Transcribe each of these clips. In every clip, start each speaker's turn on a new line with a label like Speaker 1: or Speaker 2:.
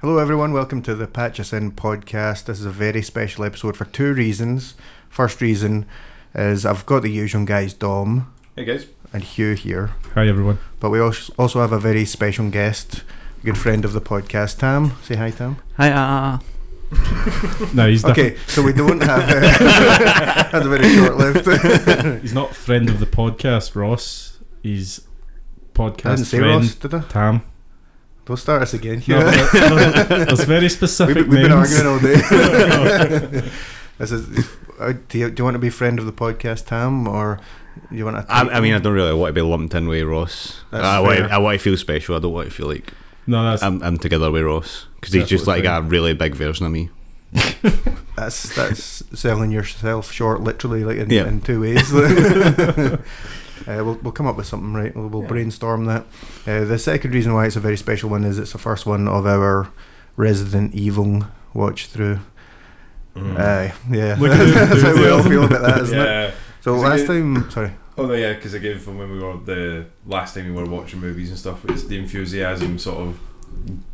Speaker 1: Hello, everyone. Welcome to the Patch Us In podcast. This is a very special episode for two reasons. First reason is I've got the usual guys, Dom
Speaker 2: Hey guys.
Speaker 1: and Hugh, here,
Speaker 3: Hi everyone.
Speaker 1: but we als- also have a very special guest, a good friend of the podcast, Tam. Say hi, Tam.
Speaker 4: Hi, uh,
Speaker 3: No, he's okay.
Speaker 1: Okay, so we don't have. Uh, that's very short lived.
Speaker 3: He's not friend of the podcast, Ross. He's
Speaker 1: I didn't
Speaker 3: podcast
Speaker 1: say
Speaker 3: friend
Speaker 1: Ross, did I?
Speaker 3: Tam.
Speaker 1: Don't start us again. Hugh.
Speaker 3: No, but there- there's very
Speaker 1: we've,
Speaker 3: specific
Speaker 1: we've been
Speaker 3: names.
Speaker 1: arguing all day. this is, uh, do, you, do you want to be friend of the podcast, Tam, or do you want to?
Speaker 2: I, I mean, I don't really want to be lumped in with Ross.
Speaker 1: That's
Speaker 2: I want,
Speaker 1: fair.
Speaker 2: I want to feel special. I don't want to feel like
Speaker 3: no, that's
Speaker 5: Um,
Speaker 2: I'm, I'm together with Ross because he's
Speaker 3: That's
Speaker 2: just
Speaker 3: what
Speaker 2: like
Speaker 3: it's
Speaker 2: a really big version of me.
Speaker 1: That's that's selling yourself short, literally, like in,
Speaker 2: Yeah.
Speaker 1: in two ways. uh, we'll we'll come up with something, right? We'll, we'll
Speaker 3: Yeah.
Speaker 1: brainstorm that. Uh, the second reason why it's a very special one is it's the first one of our Resident Evil watch through.
Speaker 2: Mm.
Speaker 1: Aye, yeah,
Speaker 3: Mm. Look at the
Speaker 1: Uh, that's how we all
Speaker 3: enthusiasm.
Speaker 1: feel about that, isn't it?
Speaker 5: yeah.
Speaker 1: So
Speaker 5: Is it
Speaker 1: last
Speaker 5: good?
Speaker 1: time, sorry,
Speaker 5: Oh no, yeah, because again, from when we were the last time we were watching movies and stuff, it's the enthusiasm sort of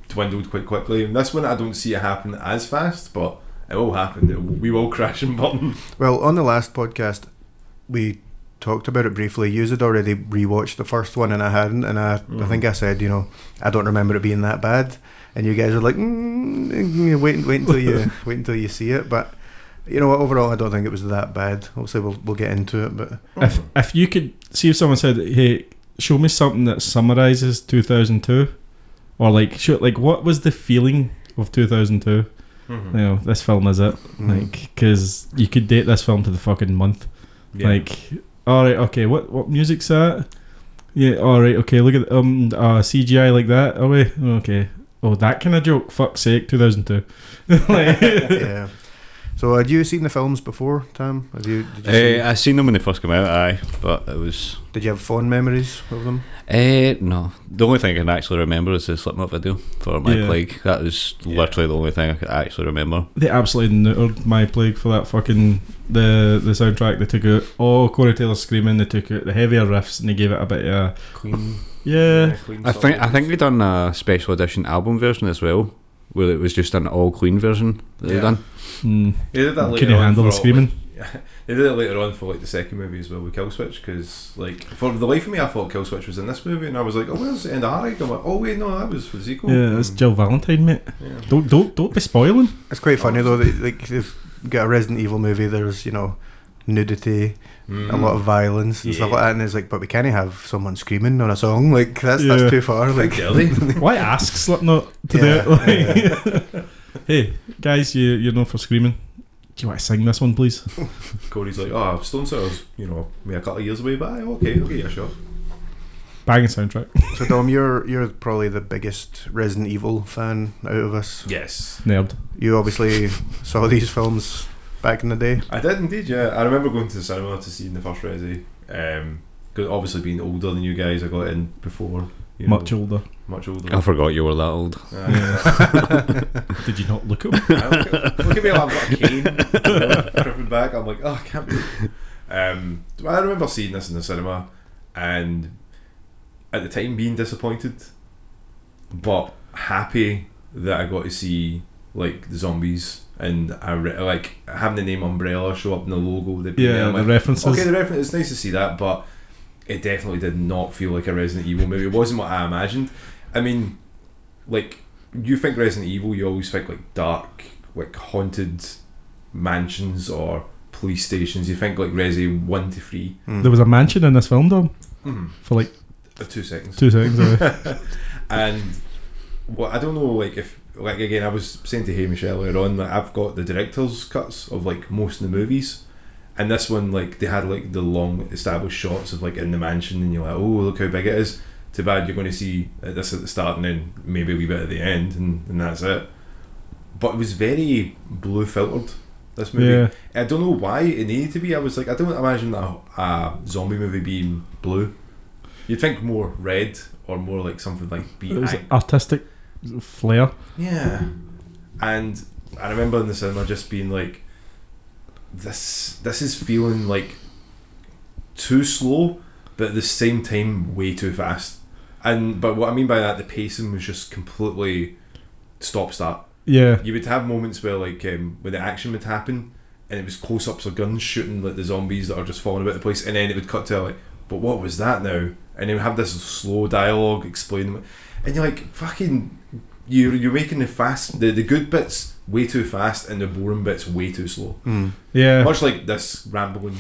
Speaker 5: dwindled quite quickly. And this one, I don't see it happen as fast, but it will happen. It- We will crash and burn.
Speaker 1: well, on the last podcast, we talked about it briefly. You had already rewatched the first one, and I hadn't, and I I
Speaker 5: Mhm.
Speaker 1: think I said, you know, I don't remember it being that bad. And you guys are like, mm, mm, wait, wait until you wait until you see it. But you know what? Overall, I don't think it was that bad. Obviously, we'll we'll get into it, but
Speaker 3: if if you could see if someone said, "Hey, show me something that summarizes 2002," or like, show, like what was the feeling of 2002? You know, this film is it?
Speaker 1: mm.
Speaker 3: Like, because you could date this film to the fucking month.
Speaker 5: Yeah.
Speaker 3: Like, all right, okay, what what music's that? Yeah, all right, okay. Look at um uh, CGI like that. Oh wait, okay. Oh, that kind of joke. Fuck's sake, two thousand two.
Speaker 1: yeah. So, had you seen the films before, Tam? Have you? Did you, see,
Speaker 2: Uh, I seen them when they first came out, aye, but it was.
Speaker 1: did you have fond memories of them?
Speaker 2: Uh, no, the only thing I can actually remember is the Slipknot video for my
Speaker 3: Yeah.
Speaker 2: plague. That is literally the only thing I could actually remember.
Speaker 3: they absolutely neutered my plague for that fucking the the soundtrack. They took out all Corey Taylor screaming. They took out the heavier riffs and they gave it a bit of a,
Speaker 5: Clean.
Speaker 3: yeah.
Speaker 5: clean
Speaker 2: I think I think they
Speaker 5: we
Speaker 2: done a special edition album version as well, where it was just an all Queen version that they
Speaker 5: Yeah.
Speaker 2: done.
Speaker 3: Mm,
Speaker 5: They did that later
Speaker 3: couldn't
Speaker 5: on
Speaker 3: handle the
Speaker 5: for all-
Speaker 3: screaming.
Speaker 5: They did it later on for like the second movie as well with Kill Switch because like for the life of me, I thought Kill Switch was in this movie, and I was like, oh, where's the end of Harry? I'm like, oh wait, no, that was for Zico.
Speaker 3: Yeah, that's Jill Valentine, mate.
Speaker 5: Yeah.
Speaker 3: Don't don't don't be spoiling.
Speaker 1: It's quite funny
Speaker 5: Oh.
Speaker 1: though. That, like they've got a Resident Evil movie. There's you know nudity,
Speaker 5: Mm.
Speaker 1: a lot of violence and stuff like
Speaker 5: Yeah.
Speaker 1: that. And it's like, but we can't have someone screaming on a song. Like that's
Speaker 3: Yeah.
Speaker 1: that's too far. Like
Speaker 5: Girly.
Speaker 3: Why ask Slipknot to
Speaker 1: Yeah,
Speaker 3: do it? Like, hey guys, you you're known for screaming. Do you want to sing this one, please?
Speaker 5: Cody's like, oh, Stone Sour's, you know, me a couple of years away, but aye, okay, okay, yeah, sure.
Speaker 3: Banging soundtrack.
Speaker 1: So Dom, you're you're probably the biggest Resident Evil fan out of us.
Speaker 5: Yes.
Speaker 3: Nerd.
Speaker 1: You obviously saw these films back in the day.
Speaker 5: I did indeed, yeah. I remember going to the cinema to see in the first Resi. Um 'cause obviously being older than you guys, I got in before. You know,
Speaker 3: Much Oh. older.
Speaker 5: Much
Speaker 2: I
Speaker 5: older.
Speaker 2: forgot you were that old.
Speaker 5: Aye.
Speaker 3: Did you not look at him?
Speaker 5: I look, at, look at me, I've got a cane, you know, tripping back. I'm like, oh, I can't believe. Um, I remember seeing this in the cinema, and at the time being disappointed, but happy that I got to see like the zombies and I re- like having the name Umbrella show up in the logo. They put there,
Speaker 3: Yeah,
Speaker 5: I'm
Speaker 3: the
Speaker 5: like,
Speaker 3: references.
Speaker 5: Okay, the reference. It's nice to see that, but it definitely did not feel like a Resident Evil movie. It wasn't what I imagined. I mean, like you think Resident Evil, you always think like dark, like haunted mansions or police stations. You think like Resi one to three.
Speaker 1: Mm.
Speaker 3: There was a mansion in this film, though,
Speaker 5: Mm.
Speaker 3: for like
Speaker 5: Two seconds.
Speaker 3: two seconds. Away.
Speaker 5: and well, I don't know, like if like again, I was saying to Hamish earlier on that I've got the director's cuts of like most of the movies, and this one like they had like the long established shots of like in the mansion, and you're like, oh look how big it is. Too bad you're going to see uh, this at the start and then maybe a wee bit at the end, and, and that's it. But it was very blue filtered. This movie,
Speaker 3: yeah,
Speaker 5: I don't know why it needed to be. I was like, I don't imagine a, a zombie movie being blue. You'd think more red or more like something like be
Speaker 3: it was
Speaker 5: ang-
Speaker 3: artistic flair.
Speaker 5: yeah. And I remember in the cinema just being like, this this is feeling like too slow, but at the same time way too fast. And but what I mean by that, the pacing was just completely stop start.
Speaker 3: Yeah.
Speaker 5: You would have moments where like um, where the action would happen, and it was close ups of guns shooting like the zombies that are just falling about the place, and then it would cut to like, but what was that now? And then have this slow dialogue explaining, and you're like, fucking, you you're making the fast the, the good bits way too fast and the boring bits way too slow.
Speaker 1: Mm.
Speaker 3: Yeah.
Speaker 5: Much like this rambling.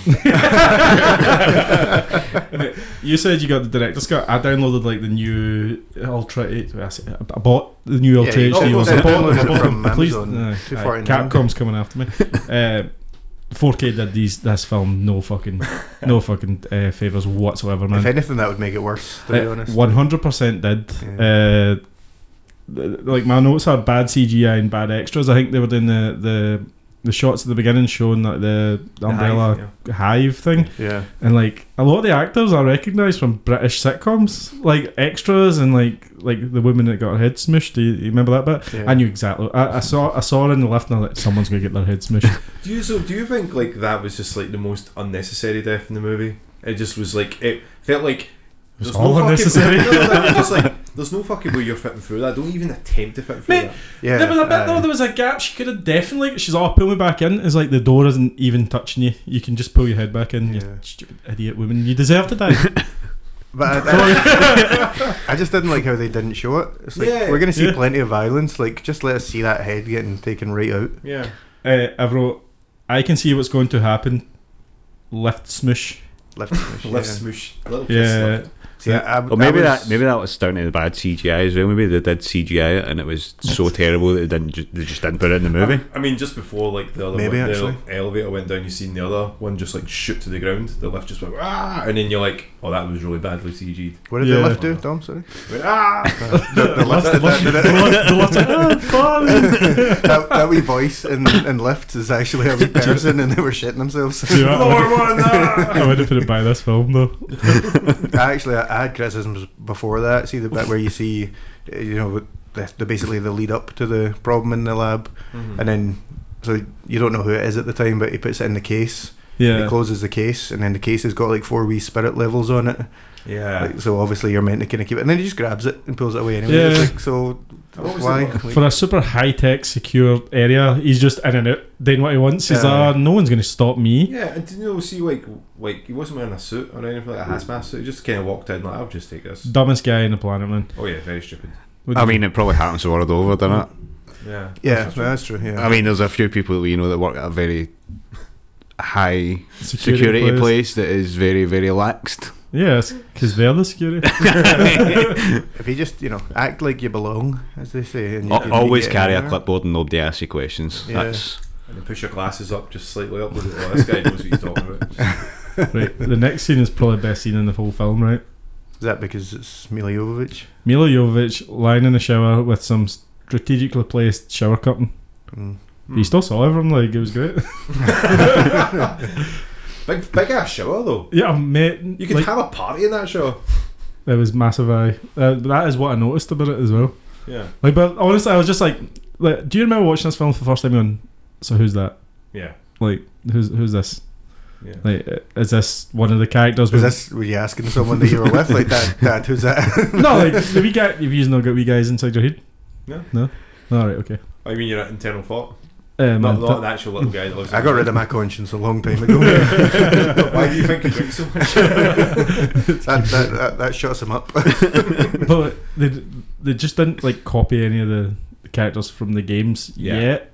Speaker 3: you said you got the director's cut. I downloaded like the new Ultra 8. I said- I bought the new Ultra
Speaker 1: Yeah, you
Speaker 3: 8.
Speaker 1: should
Speaker 3: ones.
Speaker 1: also
Speaker 3: I bought-
Speaker 1: download
Speaker 3: I
Speaker 1: it
Speaker 3: bought-
Speaker 1: from
Speaker 3: please-
Speaker 1: Amazon.
Speaker 3: no, aye,
Speaker 1: 249.
Speaker 3: Capcom's coming after me. Uh, 4K did these this film no fucking no fucking uh, favors whatsoever, man.
Speaker 1: If anything, that would make it worse. To be honest.
Speaker 3: Uh, One hundred percent did.
Speaker 1: Yeah.
Speaker 3: Uh, th- like my notes are bad CGI and bad extras. I think they were doing the the, the shots at the beginning showing like the, the umbrella
Speaker 5: Yeah.
Speaker 3: hive, thing,
Speaker 1: Yeah.
Speaker 3: and like a lot of the actors I recognise from British sitcoms, like extras and like like the woman that got her head smushed. Do you, you remember that bit?
Speaker 1: Yeah.
Speaker 3: I knew exactly. I, I saw I saw her in the lift, and I was like, someone's gonna get their head smushed.
Speaker 5: Do you so? Do you think like that was just like the most unnecessary death in the movie? It just was like it felt like
Speaker 3: was all unnecessary.
Speaker 5: Fucking, no, no, no, just like, there's no fucking way you're fitting through that. Don't even attempt to fit through
Speaker 3: Mate,
Speaker 5: that.
Speaker 1: Yeah.
Speaker 3: there was a bit
Speaker 1: aye.
Speaker 3: though. There was a gap. She could have definitely. She's all pull me back in. It's like the door isn't even touching you. You can just pull your head back in.
Speaker 1: Yeah.
Speaker 3: You stupid idiot woman. You deserve to die.
Speaker 1: But I, I, I just didn't like how they didn't show it. It's like
Speaker 5: Yeah,
Speaker 1: we're gonna see
Speaker 3: yeah.
Speaker 1: plenty of violence. Like just let us see that head getting taken right out.
Speaker 5: Yeah,
Speaker 3: uh, I wrote. I can see what's going to happen. Lift smoosh.
Speaker 1: Left. smush,
Speaker 5: left
Speaker 1: yeah.
Speaker 5: smoosh, little kiss
Speaker 3: Yeah.
Speaker 5: left.
Speaker 1: See, I, I,
Speaker 2: Or maybe
Speaker 1: I was-
Speaker 2: that maybe that was down to the bad CGI as well. Maybe they did CGI it and it was so terrible that they didn't ju- they just didn't put it in the movie.
Speaker 5: I, I mean, just before like the other
Speaker 1: Maybe,
Speaker 5: one,
Speaker 1: actually.
Speaker 5: the elevator went down. You seen the other one just like shoot to the ground. The lift just went ah, and then you're like, oh, that was really badly CG'd.
Speaker 1: What did
Speaker 3: Yeah.
Speaker 1: the lift do, Dom? Sorry.
Speaker 5: Went, ah,
Speaker 1: The, the lift did that, did it? that, that wee voice in, in Lyft is actually a wee person and they were shitting themselves.
Speaker 3: Do you know what?
Speaker 5: lower one. Ah.
Speaker 3: I wouldn't put it by this film though.
Speaker 1: I actually I had criticisms before that. See the bit where you see, uh, you know, the, the basically the lead up to the problem in the lab,
Speaker 5: Mhm.
Speaker 1: and then so you don't know who it is at the time, but he puts it in the case. He
Speaker 3: Yeah.
Speaker 1: closes the case, and then the case has got like four wee spirit levels on it.
Speaker 5: Yeah,
Speaker 1: Like, so obviously you're meant to kind of keep it, and then he just grabs it and pulls it away anyway.
Speaker 3: Yeah.
Speaker 1: It's like, so
Speaker 5: I've always
Speaker 1: why?
Speaker 5: thought-
Speaker 1: Like,
Speaker 3: For a super high tech, secure area, he's just in and out, doing what he wants. He's
Speaker 1: Yeah.
Speaker 3: uh, no one's going to stop me.
Speaker 5: Yeah, and did you know, see, like, like he wasn't wearing a suit or anything like a hazmat suit. He just kind of walked in, like, I'll just take this.
Speaker 3: Dumbest guy on the planet, man.
Speaker 5: Oh yeah, very stupid.
Speaker 3: What do
Speaker 2: I
Speaker 3: you-
Speaker 2: mean, it probably happens the world over, doesn't it?
Speaker 5: Yeah.
Speaker 1: yeah, no, that's true. Yeah,
Speaker 2: I mean, there's a few people you know that work at a very high security,
Speaker 3: players.
Speaker 2: place that is very very laxed.
Speaker 3: Yes, because they're the security.
Speaker 1: if you just you know act like you belong, as they say, and you,
Speaker 2: Al-
Speaker 1: you
Speaker 2: Always
Speaker 1: get
Speaker 2: carry a
Speaker 1: anywhere.
Speaker 2: clipboard and nobody asks you questions.
Speaker 1: Yeah.
Speaker 2: That's
Speaker 5: And then push your glasses up just slightly up. Look at- Oh, this guy knows what he's talking about.
Speaker 3: right. The next scene is probably the best scene in the whole film, right?
Speaker 1: Is that because it's Mila Jovovich?
Speaker 3: Milo Jovic lying in the shower with some strategically placed shower curtain.
Speaker 1: Mm.
Speaker 3: He still saw everyone, like, it was great.
Speaker 5: big, big ass shower though.
Speaker 3: yeah, mate.
Speaker 5: You could
Speaker 3: like,
Speaker 5: have a party in that shower.
Speaker 3: It was massive eye. Uh, that is what I noticed about it as well.
Speaker 5: Yeah.
Speaker 3: Like, but honestly, I was just like, like, do you remember watching this film for the first time? Going, so who's that?
Speaker 5: Yeah.
Speaker 3: Like, who's who's this?
Speaker 5: Yeah.
Speaker 3: Like, uh, is this one of the characters?
Speaker 1: Was
Speaker 3: we-
Speaker 1: this were you asking someone that you were with like that? Dad, who's that?
Speaker 3: no, like, the wee guy. If you've not got wee guys inside your head.
Speaker 5: No.
Speaker 3: No. All right. Okay.
Speaker 5: I Oh, mean, your internal thought,
Speaker 3: Um,
Speaker 5: not, not an actual little guy. That lives
Speaker 1: I
Speaker 5: in-
Speaker 1: got rid of my conscience a long time ago.
Speaker 5: Why do you think he drinks so much?
Speaker 1: That that, that, that shuts him up.
Speaker 3: but they they just didn't like copy any of the characters from the games
Speaker 5: Yeah.
Speaker 3: yet,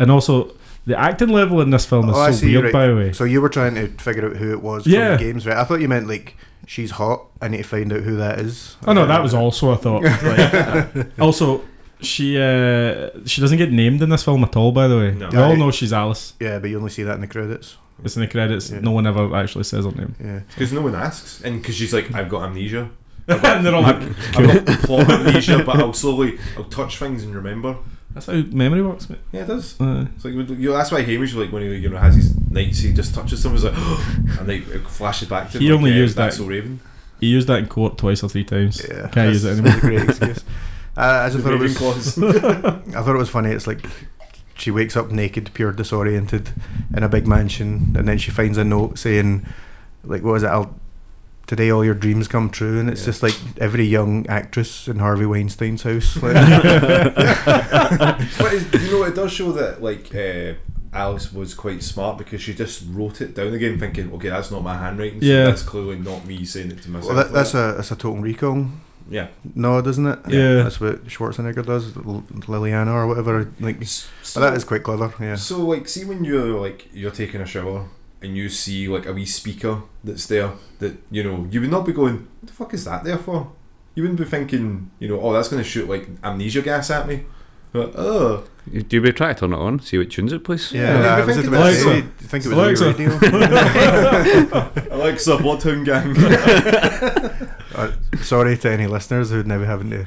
Speaker 3: and also the acting level in this film is
Speaker 1: Oh, I
Speaker 3: so
Speaker 1: see,
Speaker 3: weird.
Speaker 1: right.
Speaker 3: By the way,
Speaker 1: so you were trying to figure out who it was
Speaker 3: Yeah.
Speaker 1: from the games, right? I thought you meant like she's hot. I need to find out who that is. Uh,
Speaker 3: Oh no, that was also a thought. Like, also, she uh, she doesn't get named in this film at all. By the way,
Speaker 5: No.
Speaker 3: we all
Speaker 1: Right.
Speaker 3: know she's Alice.
Speaker 1: Yeah, but you only see that in the credits.
Speaker 3: It's in the credits.
Speaker 1: Yeah.
Speaker 3: No one ever actually says her name.
Speaker 1: Yeah.
Speaker 5: Because no one asks, and because she's like, I've got amnesia.
Speaker 3: and they're all like,
Speaker 5: I've got plot amnesia, but I'll slowly, I'll touch things and remember.
Speaker 3: "That's how memory works." Mate.
Speaker 5: Yeah, it does.
Speaker 3: Uh,
Speaker 5: It's like you know, that's why Hamish like when he you know has his nights he just touches them he's like and they it flashes back to him.
Speaker 3: He
Speaker 5: like,
Speaker 3: only
Speaker 5: yeah,
Speaker 3: used
Speaker 5: that's
Speaker 3: that-
Speaker 5: so Raven.
Speaker 3: he used that in court twice or three times.
Speaker 1: Yeah.
Speaker 3: Can't use it
Speaker 1: That's-
Speaker 3: anymore.
Speaker 1: that's a great excuse. I, I just
Speaker 5: The
Speaker 1: thought it
Speaker 5: Raven
Speaker 1: was.
Speaker 5: claws.
Speaker 1: I thought it was funny. It's like she wakes up naked, pure disoriented, in a big mansion, and then she finds a note saying, like, what was it? I'll today all your dreams come true, and it's
Speaker 5: Yeah.
Speaker 1: just like every young actress in Harvey Weinstein's house.
Speaker 5: but it's, you know, it does show that like uh, Alice was quite smart because she just wrote it down again, thinking, "Okay, that's not my handwriting. So
Speaker 3: Yeah.
Speaker 5: that's clearly not me saying it to myself."
Speaker 1: well, that,
Speaker 5: like
Speaker 1: that's
Speaker 5: that.
Speaker 1: a that's a total recall
Speaker 5: yeah.
Speaker 1: nod, isn't it?
Speaker 3: Yeah.
Speaker 1: that's what Schwarzenegger does, L- Liliana or whatever. Like,
Speaker 5: So,
Speaker 1: but that is quite clever. Yeah,
Speaker 5: so like, see when you're like you're taking a shower and you see like a wee speaker that's there that you know you would not be going, "The fuck is that there for?" You wouldn't be thinking, you know, "Oh, that's going to shoot like amnesia gas at me." But, oh,
Speaker 2: Do we try to turn it on? See what tunes it plays.
Speaker 1: yeah.
Speaker 5: Yeah,
Speaker 1: I
Speaker 5: but
Speaker 1: was
Speaker 5: think
Speaker 1: just about to
Speaker 3: about
Speaker 1: say,
Speaker 3: it.
Speaker 1: do you think it was on your
Speaker 5: Alexa, Bloodhound Gang.
Speaker 1: radio? Sorry to any listeners who'd never having to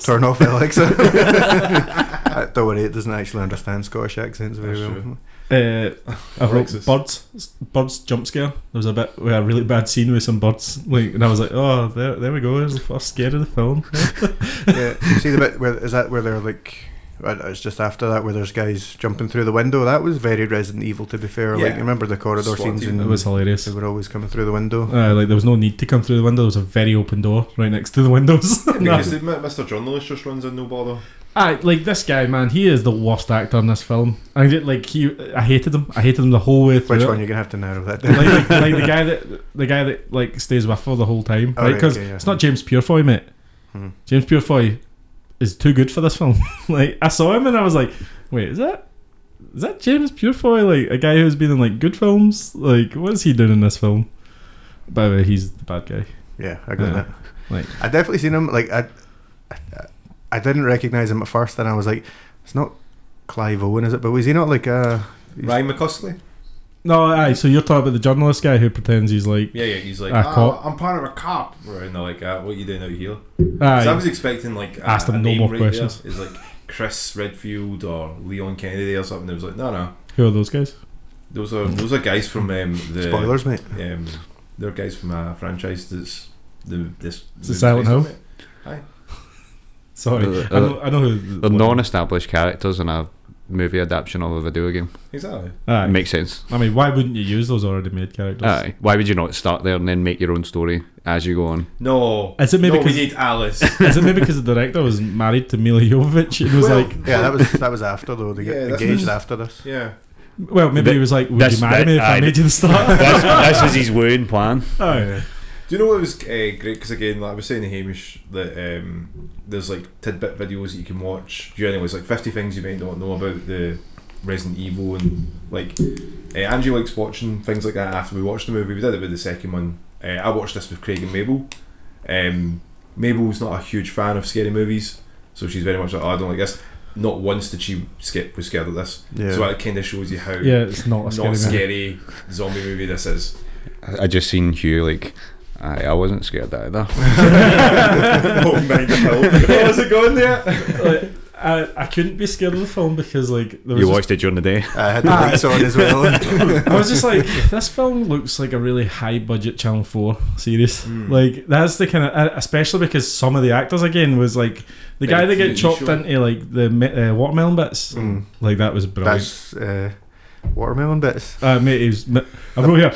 Speaker 1: turn off Alexa. Uh, Don't worry, it doesn't actually understand Scottish accents very
Speaker 5: That's
Speaker 1: well.
Speaker 3: Uh, I
Speaker 5: Alexis.
Speaker 3: wrote birds. Birds jump scare. There was a bit where a really bad scene with some birds, like, and I was like, "Oh, there, there we go. There's the first scare of the film."
Speaker 1: yeah, you see the bit where is that where they're like. well, It's just after that where there's guys jumping through the window. That was very Resident Evil, to be fair. Like,
Speaker 5: Yeah.
Speaker 1: remember the corridor
Speaker 5: SWAT
Speaker 1: scenes
Speaker 5: team.
Speaker 1: and
Speaker 3: It was hilarious.
Speaker 1: they were always coming through the window.
Speaker 3: Uh, like there was no need to come through the window. There was a very open door right next to the windows.
Speaker 5: Because the Mi- Mr. Journalist just runs in no bother.
Speaker 3: I, like this guy, man. He is the worst actor in this film. I get like he. I hated him. I hated him the whole way through.
Speaker 1: Which
Speaker 3: it.
Speaker 1: one you're gonna have to narrow that
Speaker 3: like,
Speaker 1: down?
Speaker 3: like, like the guy that the guy that like stays with her the whole time,
Speaker 1: Oh,
Speaker 3: right?
Speaker 1: right,
Speaker 3: Because
Speaker 1: okay, yeah.
Speaker 3: it's not James Purefoy, mate.
Speaker 1: Hmm.
Speaker 3: James Purefoy is too good for this film. like I saw him and I was like, wait, is that is that James Purefoy? Like a guy who's been in like good films? Like what is he doing in this film? By the way, he's the bad guy.
Speaker 1: Yeah, I got
Speaker 3: Yeah.
Speaker 1: that.
Speaker 3: Like-
Speaker 1: I definitely seen him. Like I, I, I didn't recognize him at first, and I was like, "It's not Clive Owen, is it?" But was he not like a? he's-
Speaker 5: Ryan McCusley?
Speaker 3: No, aye. So you're talking about the journalist guy who pretends he's like,
Speaker 5: Yeah, yeah, he's like,
Speaker 3: A
Speaker 5: "Ah,
Speaker 3: cop.
Speaker 5: I'm part of a cop. Right, and they're like, uh, what are you doing out here? So I
Speaker 3: aye,
Speaker 5: was expecting, like, a,
Speaker 3: Ask them
Speaker 5: a
Speaker 3: no
Speaker 5: name
Speaker 3: more
Speaker 5: right
Speaker 3: questions.
Speaker 5: There. It's like Chris Redfield or Leon Kennedy or something. It was like, no, no.
Speaker 3: who are those guys?
Speaker 5: Those are those are guys from um, the.
Speaker 1: Spoilers, mate.
Speaker 5: Um, they're guys from a franchise that's. The, this,
Speaker 3: Is it Silent Hill? Sorry,
Speaker 2: Uh,
Speaker 3: I, know, I know who.
Speaker 2: They're non-established characters in a movie adaptation of a video game.
Speaker 5: Exactly.
Speaker 3: Aye.
Speaker 2: Makes sense.
Speaker 3: I mean, why wouldn't you use those already made characters?
Speaker 2: Aye. Why would you not start there and then make your own story as you go on?
Speaker 5: No.
Speaker 3: Is it maybe
Speaker 5: no, we
Speaker 3: 'cause-
Speaker 5: need Alice.
Speaker 3: Is it maybe because the director was married to Mila Jovovich? It was
Speaker 5: Well,
Speaker 3: like,
Speaker 1: Yeah, that was that was after though. They
Speaker 5: Yeah,
Speaker 1: get
Speaker 5: that's-
Speaker 1: engaged after this.
Speaker 5: yeah.
Speaker 3: well, maybe
Speaker 2: Th-
Speaker 3: he was like, "Would
Speaker 2: that's-
Speaker 3: you marry
Speaker 2: that-
Speaker 3: me if I,
Speaker 2: I-
Speaker 3: made you the star?"
Speaker 2: this was his wound plan.
Speaker 3: Aye.
Speaker 5: Do you know what was uh, great? Because again, like I was saying to Hamish, that um, there's like tidbit videos that you can watch. You anyways like fifty things you might not know about the Resident Evil and like uh, Angie likes watching things like that. After we watched the movie, we did it with the second one. Uh, I watched this with Craig and Mabel. Um, Mabel's not a huge fan of scary movies, so she's very much like, "Oh, I don't like this." Not once did she skip was scared of this.
Speaker 1: Yeah,
Speaker 5: So it kind of shows you how
Speaker 3: Yeah, it's not a scary
Speaker 5: not scary,
Speaker 3: movie.
Speaker 5: zombie movie this is.
Speaker 2: I just seen Hugh like, I, I wasn't scared either.
Speaker 5: oh, mind the hell. Oh, is it going there?
Speaker 3: Like, I, I couldn't be scared of the film because like there was
Speaker 2: You
Speaker 3: just-
Speaker 2: watched it during the day.
Speaker 1: Uh, I had the lights on as well.
Speaker 3: I was just like, this film looks like a really high budget Channel Four series.
Speaker 5: Mm.
Speaker 1: Hmm.
Speaker 3: Like that's the kind of, especially because some of the actors again was like the guy that
Speaker 5: Very
Speaker 3: get chopped
Speaker 5: crucial.
Speaker 3: into like the mi- uh, watermelon bits.
Speaker 1: Mm,
Speaker 3: Like that was brilliant.
Speaker 1: that's uh, watermelon bits.
Speaker 3: Uh, mate, he was, I wrote here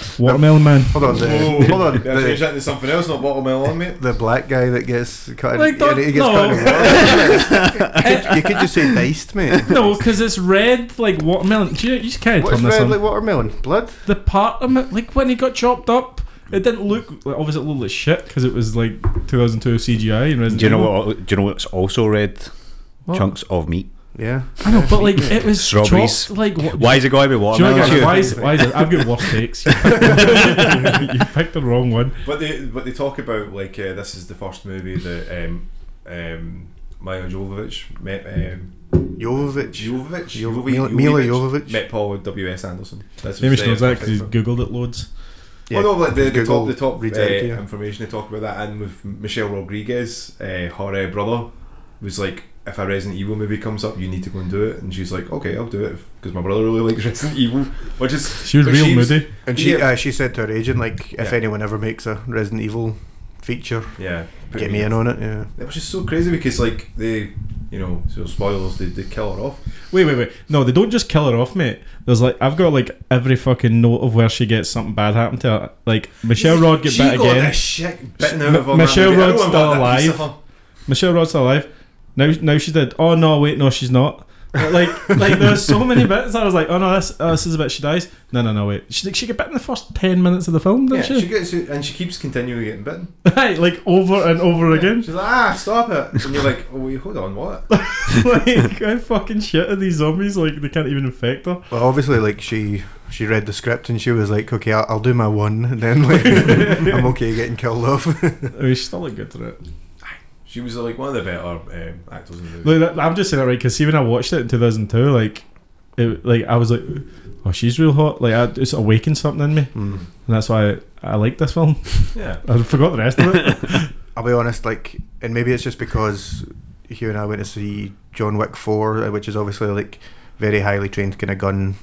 Speaker 3: watermelon man.
Speaker 1: Hold on, the,
Speaker 5: Whoa,
Speaker 1: hold on.
Speaker 5: better change
Speaker 1: The,
Speaker 5: that to something else, not watermelon, mate.
Speaker 1: the black guy that gets cut.
Speaker 3: Like,
Speaker 1: Like,
Speaker 3: don't-
Speaker 1: he gets
Speaker 3: no.
Speaker 1: cut in water. you, could, you could just say diced, mate.
Speaker 3: No, because it's red like watermelon. Do you, you just can't
Speaker 1: What's
Speaker 3: turn this
Speaker 1: red
Speaker 3: on.
Speaker 1: like watermelon? Blood?
Speaker 3: the part of it, like when he got chopped up, it didn't look like, obviously it looked like shit because it was like 2002 CGI and Resident
Speaker 2: Do you know
Speaker 3: Evil.
Speaker 2: what? Do you know what's also red?
Speaker 3: What?
Speaker 2: Chunks of meat.
Speaker 1: Yeah.
Speaker 3: I know, but like it was
Speaker 2: Strawberries.
Speaker 3: chopped like what.
Speaker 2: Why is it going to be
Speaker 3: do you know
Speaker 2: watermelon?
Speaker 3: what, guys,
Speaker 2: Hugh?
Speaker 3: why is why is it? I've got worse takes. you picked the wrong one.
Speaker 5: But they but they talk about like uh, this is the first movie that um um Maya Jovovich met um
Speaker 1: Jovovich.
Speaker 5: Jovovich
Speaker 1: Jo-
Speaker 5: Jovo-
Speaker 1: Mil- Mila Jovovich.
Speaker 5: met Paul W S Anderson. That's
Speaker 3: Maybe
Speaker 5: what
Speaker 3: she
Speaker 5: they-
Speaker 3: knows that because he's googled it loads.
Speaker 1: Yeah.
Speaker 5: Oh no, like the, the
Speaker 1: Google
Speaker 5: top the top
Speaker 1: reads
Speaker 5: uh,
Speaker 1: out to you.
Speaker 5: information they talk about that, and with Michelle Rodriguez, uh, her uh, brother was like. If a Resident Evil movie comes up, you need to go and do it. And she's like, "Okay, I'll do it because my brother really likes Resident Evil," which is
Speaker 3: She was
Speaker 5: but
Speaker 3: real
Speaker 5: she was-
Speaker 3: moody.
Speaker 1: And she
Speaker 5: Yeah.
Speaker 1: uh, she said to her agent, like, if
Speaker 5: Yeah.
Speaker 1: anyone ever makes a Resident Evil feature.
Speaker 5: Yeah, put
Speaker 1: Get me in on it. Yeah.
Speaker 5: It was just so crazy because like they, you know, so spoilers they, they kill her off.
Speaker 3: Wait, wait, wait. No, they don't just kill her off, mate. There's like I've got like every fucking note of where she gets something bad happen to her. Like Michelle Rod get
Speaker 5: she
Speaker 3: bit
Speaker 5: got
Speaker 3: again.
Speaker 5: the shit bitten out of her.
Speaker 3: M- Michelle
Speaker 5: man.
Speaker 3: Rod's
Speaker 5: Everyone got
Speaker 3: still
Speaker 5: that piece of her.
Speaker 3: Michelle Rod's still alive. Now, now she's dead. Oh no, wait, no, she's not. Like, like there's so many bits. that I was like, oh no, this, oh, this is the bit she dies. No, no, no, wait. She she get bit in the first ten minutes of the film,
Speaker 5: Yeah,
Speaker 3: didn't
Speaker 5: she
Speaker 3: she?
Speaker 5: gets it, and she keeps continually getting bitten.
Speaker 3: Right, like over and over again.
Speaker 5: She's like, ah, stop it, and you're like, oh, wait, hold on, what?
Speaker 3: like, I fucking shit at these zombies. Like, they can't even infect her.
Speaker 1: Well, obviously, like she she read the script and she was like, "Okay, I'll, I'll do my one," and then like I'm okay getting killed off.
Speaker 3: I mean, she's still like good to it.
Speaker 5: She was uh, like one of the better um, actors in the movie.
Speaker 3: Like, that- I'm just saying that right because see when I watched it in 2002, like, it, like I was like, oh, she's real hot. Like, I, it's awakened something in me,
Speaker 1: Hmm.
Speaker 3: and that's why I, I like this film.
Speaker 5: Yeah,
Speaker 3: I forgot the rest of it.
Speaker 1: I'll be honest, like, and maybe it's just because Hugh and I went to see John Wick Four, uh, which is obviously like very highly trained kind of gun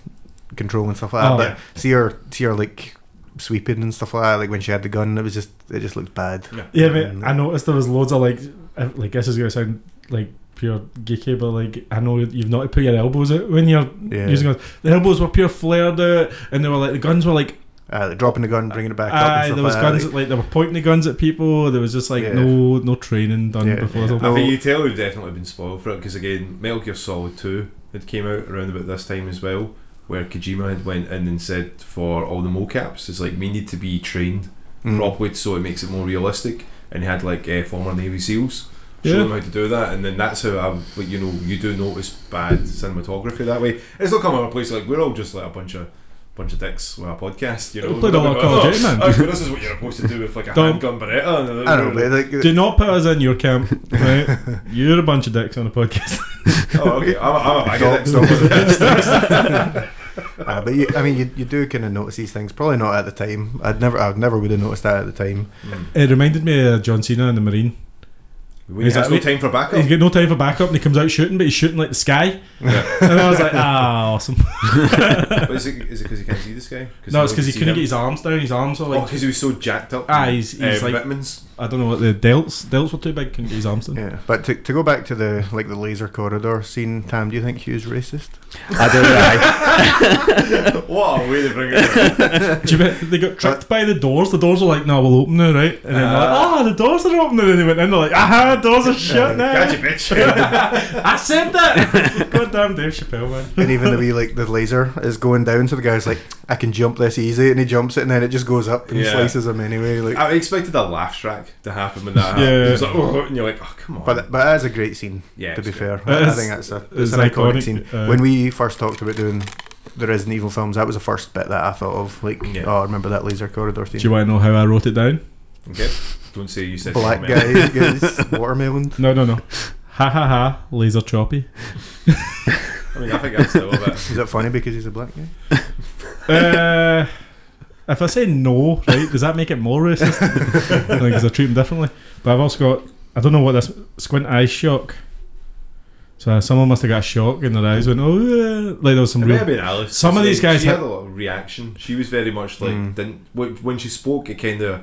Speaker 1: control and stuff like that.
Speaker 3: Oh,
Speaker 1: but
Speaker 5: yeah.
Speaker 1: see her, see her like sweeping and stuff like that. Like when she had the gun, it was just it just looked bad.
Speaker 3: yeah, but I noticed there was loads of like, uh, like this is gonna sound like pure geeky, but like I know you've not to put your elbows out when you're
Speaker 1: Yeah.
Speaker 3: using it. The elbows were pure flared out, and they were like the guns were like
Speaker 1: Uh, dropping the gun, bringing it back up. And
Speaker 3: aye,
Speaker 1: stuff
Speaker 3: there was
Speaker 1: like that,
Speaker 3: guns
Speaker 1: like-
Speaker 3: like, they were pointing the guns at people. There was just like
Speaker 1: Yeah.
Speaker 3: no no training done
Speaker 1: Yeah.
Speaker 3: before. the-
Speaker 5: I think you tell we've definitely been spoiled for it because again, Metal Gear Solid Two had came out around about this time as well, where Kojima had went in and said for all the mocaps, it's like we need to be trained
Speaker 1: Mm.
Speaker 5: properly so it makes it more realistic. And he had like uh, former Navy SEALs show
Speaker 3: Yeah.
Speaker 5: them how to do that, and then that's how I like you know you do notice bad cinematography that way. It's not coming up a place like we're all just like a bunch of. Bunch of dicks with a podcast, you know.
Speaker 3: We played a lot of Call of Duty, man.
Speaker 5: Oh, this is what you're supposed to do with like a
Speaker 3: Don't-
Speaker 5: handgun Beretta. And
Speaker 1: I don't know, but, like,
Speaker 3: Do not put us in your camp. Right? You're a bunch of dicks on a podcast.
Speaker 5: Oh, okay. I'm, a- I'm a bag of
Speaker 1: Stop,
Speaker 5: dicks.
Speaker 1: stop
Speaker 5: don't worry.
Speaker 1: with that. Uh, but you, I mean, you, you do kind of notice these things. Probably not at the time. I'd never, I would never would have noticed that at the time.
Speaker 5: Hmm.
Speaker 3: It reminded me of John Cena in the Marine.
Speaker 5: We
Speaker 3: Is
Speaker 5: there's
Speaker 3: that-
Speaker 5: no time for backup.
Speaker 3: He's got no time for backup, and he comes out shooting, but he's shooting like the sky. And I was like, ah, awesome.
Speaker 5: but is it because he can't see this guy?
Speaker 3: No, it's because he couldn't get his arms down. His arms were
Speaker 5: Oh,
Speaker 3: like,
Speaker 5: because he was so jacked up. Eh,
Speaker 3: Ah, he's- he's
Speaker 1: Um,
Speaker 3: like-
Speaker 5: vitamins.
Speaker 3: I don't know what the delts delts were too big. Couldn't get his arms down.
Speaker 1: Yeah. But to, to go back to the like the laser corridor scene, Tam, do you think Hugh's racist?
Speaker 2: I don't know.
Speaker 5: what a way to bring it. Up.
Speaker 3: Do you bet- they got tricked by the doors. The doors were like, no, we'll open now, right? And then they're like,
Speaker 1: Uh,
Speaker 5: Ah.
Speaker 3: ah, the doors are open. And then they went in. They're like, aha, doors are shut now.
Speaker 5: Gadget bitch.
Speaker 3: I said that. Goddamn Dave Chappelle, man.
Speaker 1: And even the wee like the laser is going down, so the guy's like, I can jump this easy, and he jumps it, and then it just goes up and
Speaker 5: Yeah.
Speaker 1: slices him anyway. Like,
Speaker 5: I expected a laugh track to happen when that happened.
Speaker 3: Yeah.
Speaker 5: It was like, oh, and you're like, oh, come on.
Speaker 1: but but that's a great scene.
Speaker 5: yeah,
Speaker 1: to be
Speaker 5: it's
Speaker 1: fair,
Speaker 3: It
Speaker 1: I
Speaker 3: is-
Speaker 1: think that's a it's,
Speaker 3: it's
Speaker 1: an iconic,
Speaker 3: iconic,
Speaker 1: scene.
Speaker 3: uh,
Speaker 1: when we first talked about doing the Resident Evil films, that was the first bit that I thought of. Like,
Speaker 5: Yeah.
Speaker 1: oh, I remember that laser corridor scene.
Speaker 3: Do you want to know how I wrote it down?
Speaker 5: good. Okay. Don't say you said
Speaker 1: Black
Speaker 5: that,
Speaker 1: guy
Speaker 5: man.
Speaker 1: gets watermelon.
Speaker 3: No, no, no. Ha ha ha, laser choppy.
Speaker 5: I mean, I think that's still a bit.
Speaker 1: Is that funny because he's a black guy?
Speaker 3: Uh, if I say no, right, does that make it more racist? Because I treat them differently. But I've also got, I don't know what this, squint eye shock. So uh, someone must have got a shock in their eyes when, oh, yeah. like there was some
Speaker 5: It may have
Speaker 3: real.
Speaker 5: been Alice.
Speaker 3: Some of these guys
Speaker 5: she
Speaker 3: had-
Speaker 5: had a lot of reaction. She was very much like
Speaker 1: Mm.
Speaker 5: didn't when when she spoke, it kind of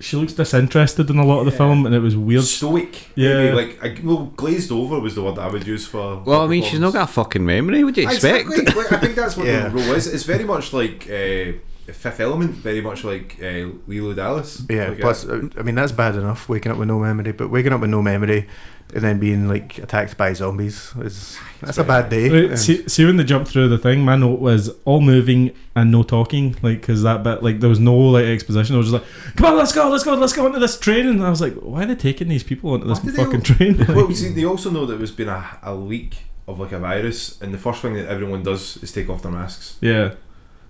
Speaker 3: She looks disinterested in a lot of the
Speaker 5: Yeah.
Speaker 3: film and it was weird.
Speaker 5: stoic.
Speaker 3: Yeah.
Speaker 5: maybe, like I, well, glazed over was the word that I would use for.
Speaker 2: Well, I mean, she's not got a fucking memory. What do you expect?
Speaker 5: Exactly. Like, I think that's what
Speaker 1: Yeah.
Speaker 5: the role is. It's very much like uh, Fifth Element, very much like uh, Lilo Dallas.
Speaker 1: Yeah.
Speaker 5: Like,
Speaker 1: plus,
Speaker 5: uh,
Speaker 1: uh, I mean, that's bad enough waking up with no memory, but waking up with no memory and then being like attacked by zombies is that's a bad day.
Speaker 3: Right,
Speaker 1: And
Speaker 3: see, see when they jumped through the thing, my note was all moving and no talking, like because that bit, like there was no like exposition. I was just like, "Come on, let's go, let's go, let's go onto this train." And I was like, "Why are they taking these people onto this
Speaker 5: Why do they
Speaker 3: fucking
Speaker 5: all-
Speaker 3: train?" Like,
Speaker 5: well, you see, they also know that there's been a, a leak of like a virus, and the first thing that everyone does is take off their masks.
Speaker 3: yeah,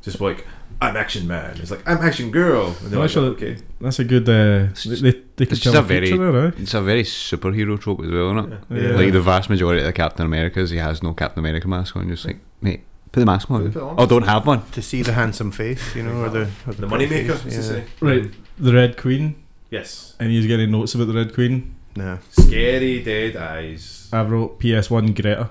Speaker 5: Just like I'm Action Man. It's like I'm Action Girl. And
Speaker 3: No,
Speaker 5: they're like,
Speaker 3: actually-
Speaker 5: okay.
Speaker 3: that's a good. Uh, they they could
Speaker 2: just
Speaker 3: tell
Speaker 2: a
Speaker 3: a picture
Speaker 2: very-
Speaker 3: there, eh?
Speaker 2: It's a very superhero trope as well, isn't it?
Speaker 3: Yeah.
Speaker 2: Like the vast majority of the Captain Americas, he has no Captain America mask on. Just like, mate, put the mask on.
Speaker 5: Put it on.
Speaker 2: Oh, don't have one.
Speaker 1: to see the handsome face, you know, or the or
Speaker 5: The
Speaker 1: pretty
Speaker 5: moneymaker,
Speaker 1: face,
Speaker 5: as they say.
Speaker 3: Right, the Red Queen,
Speaker 5: Yes.
Speaker 3: and he's getting notes about the Red Queen.
Speaker 1: No.
Speaker 5: Scary dead eyes.
Speaker 3: I wrote PS One Greta.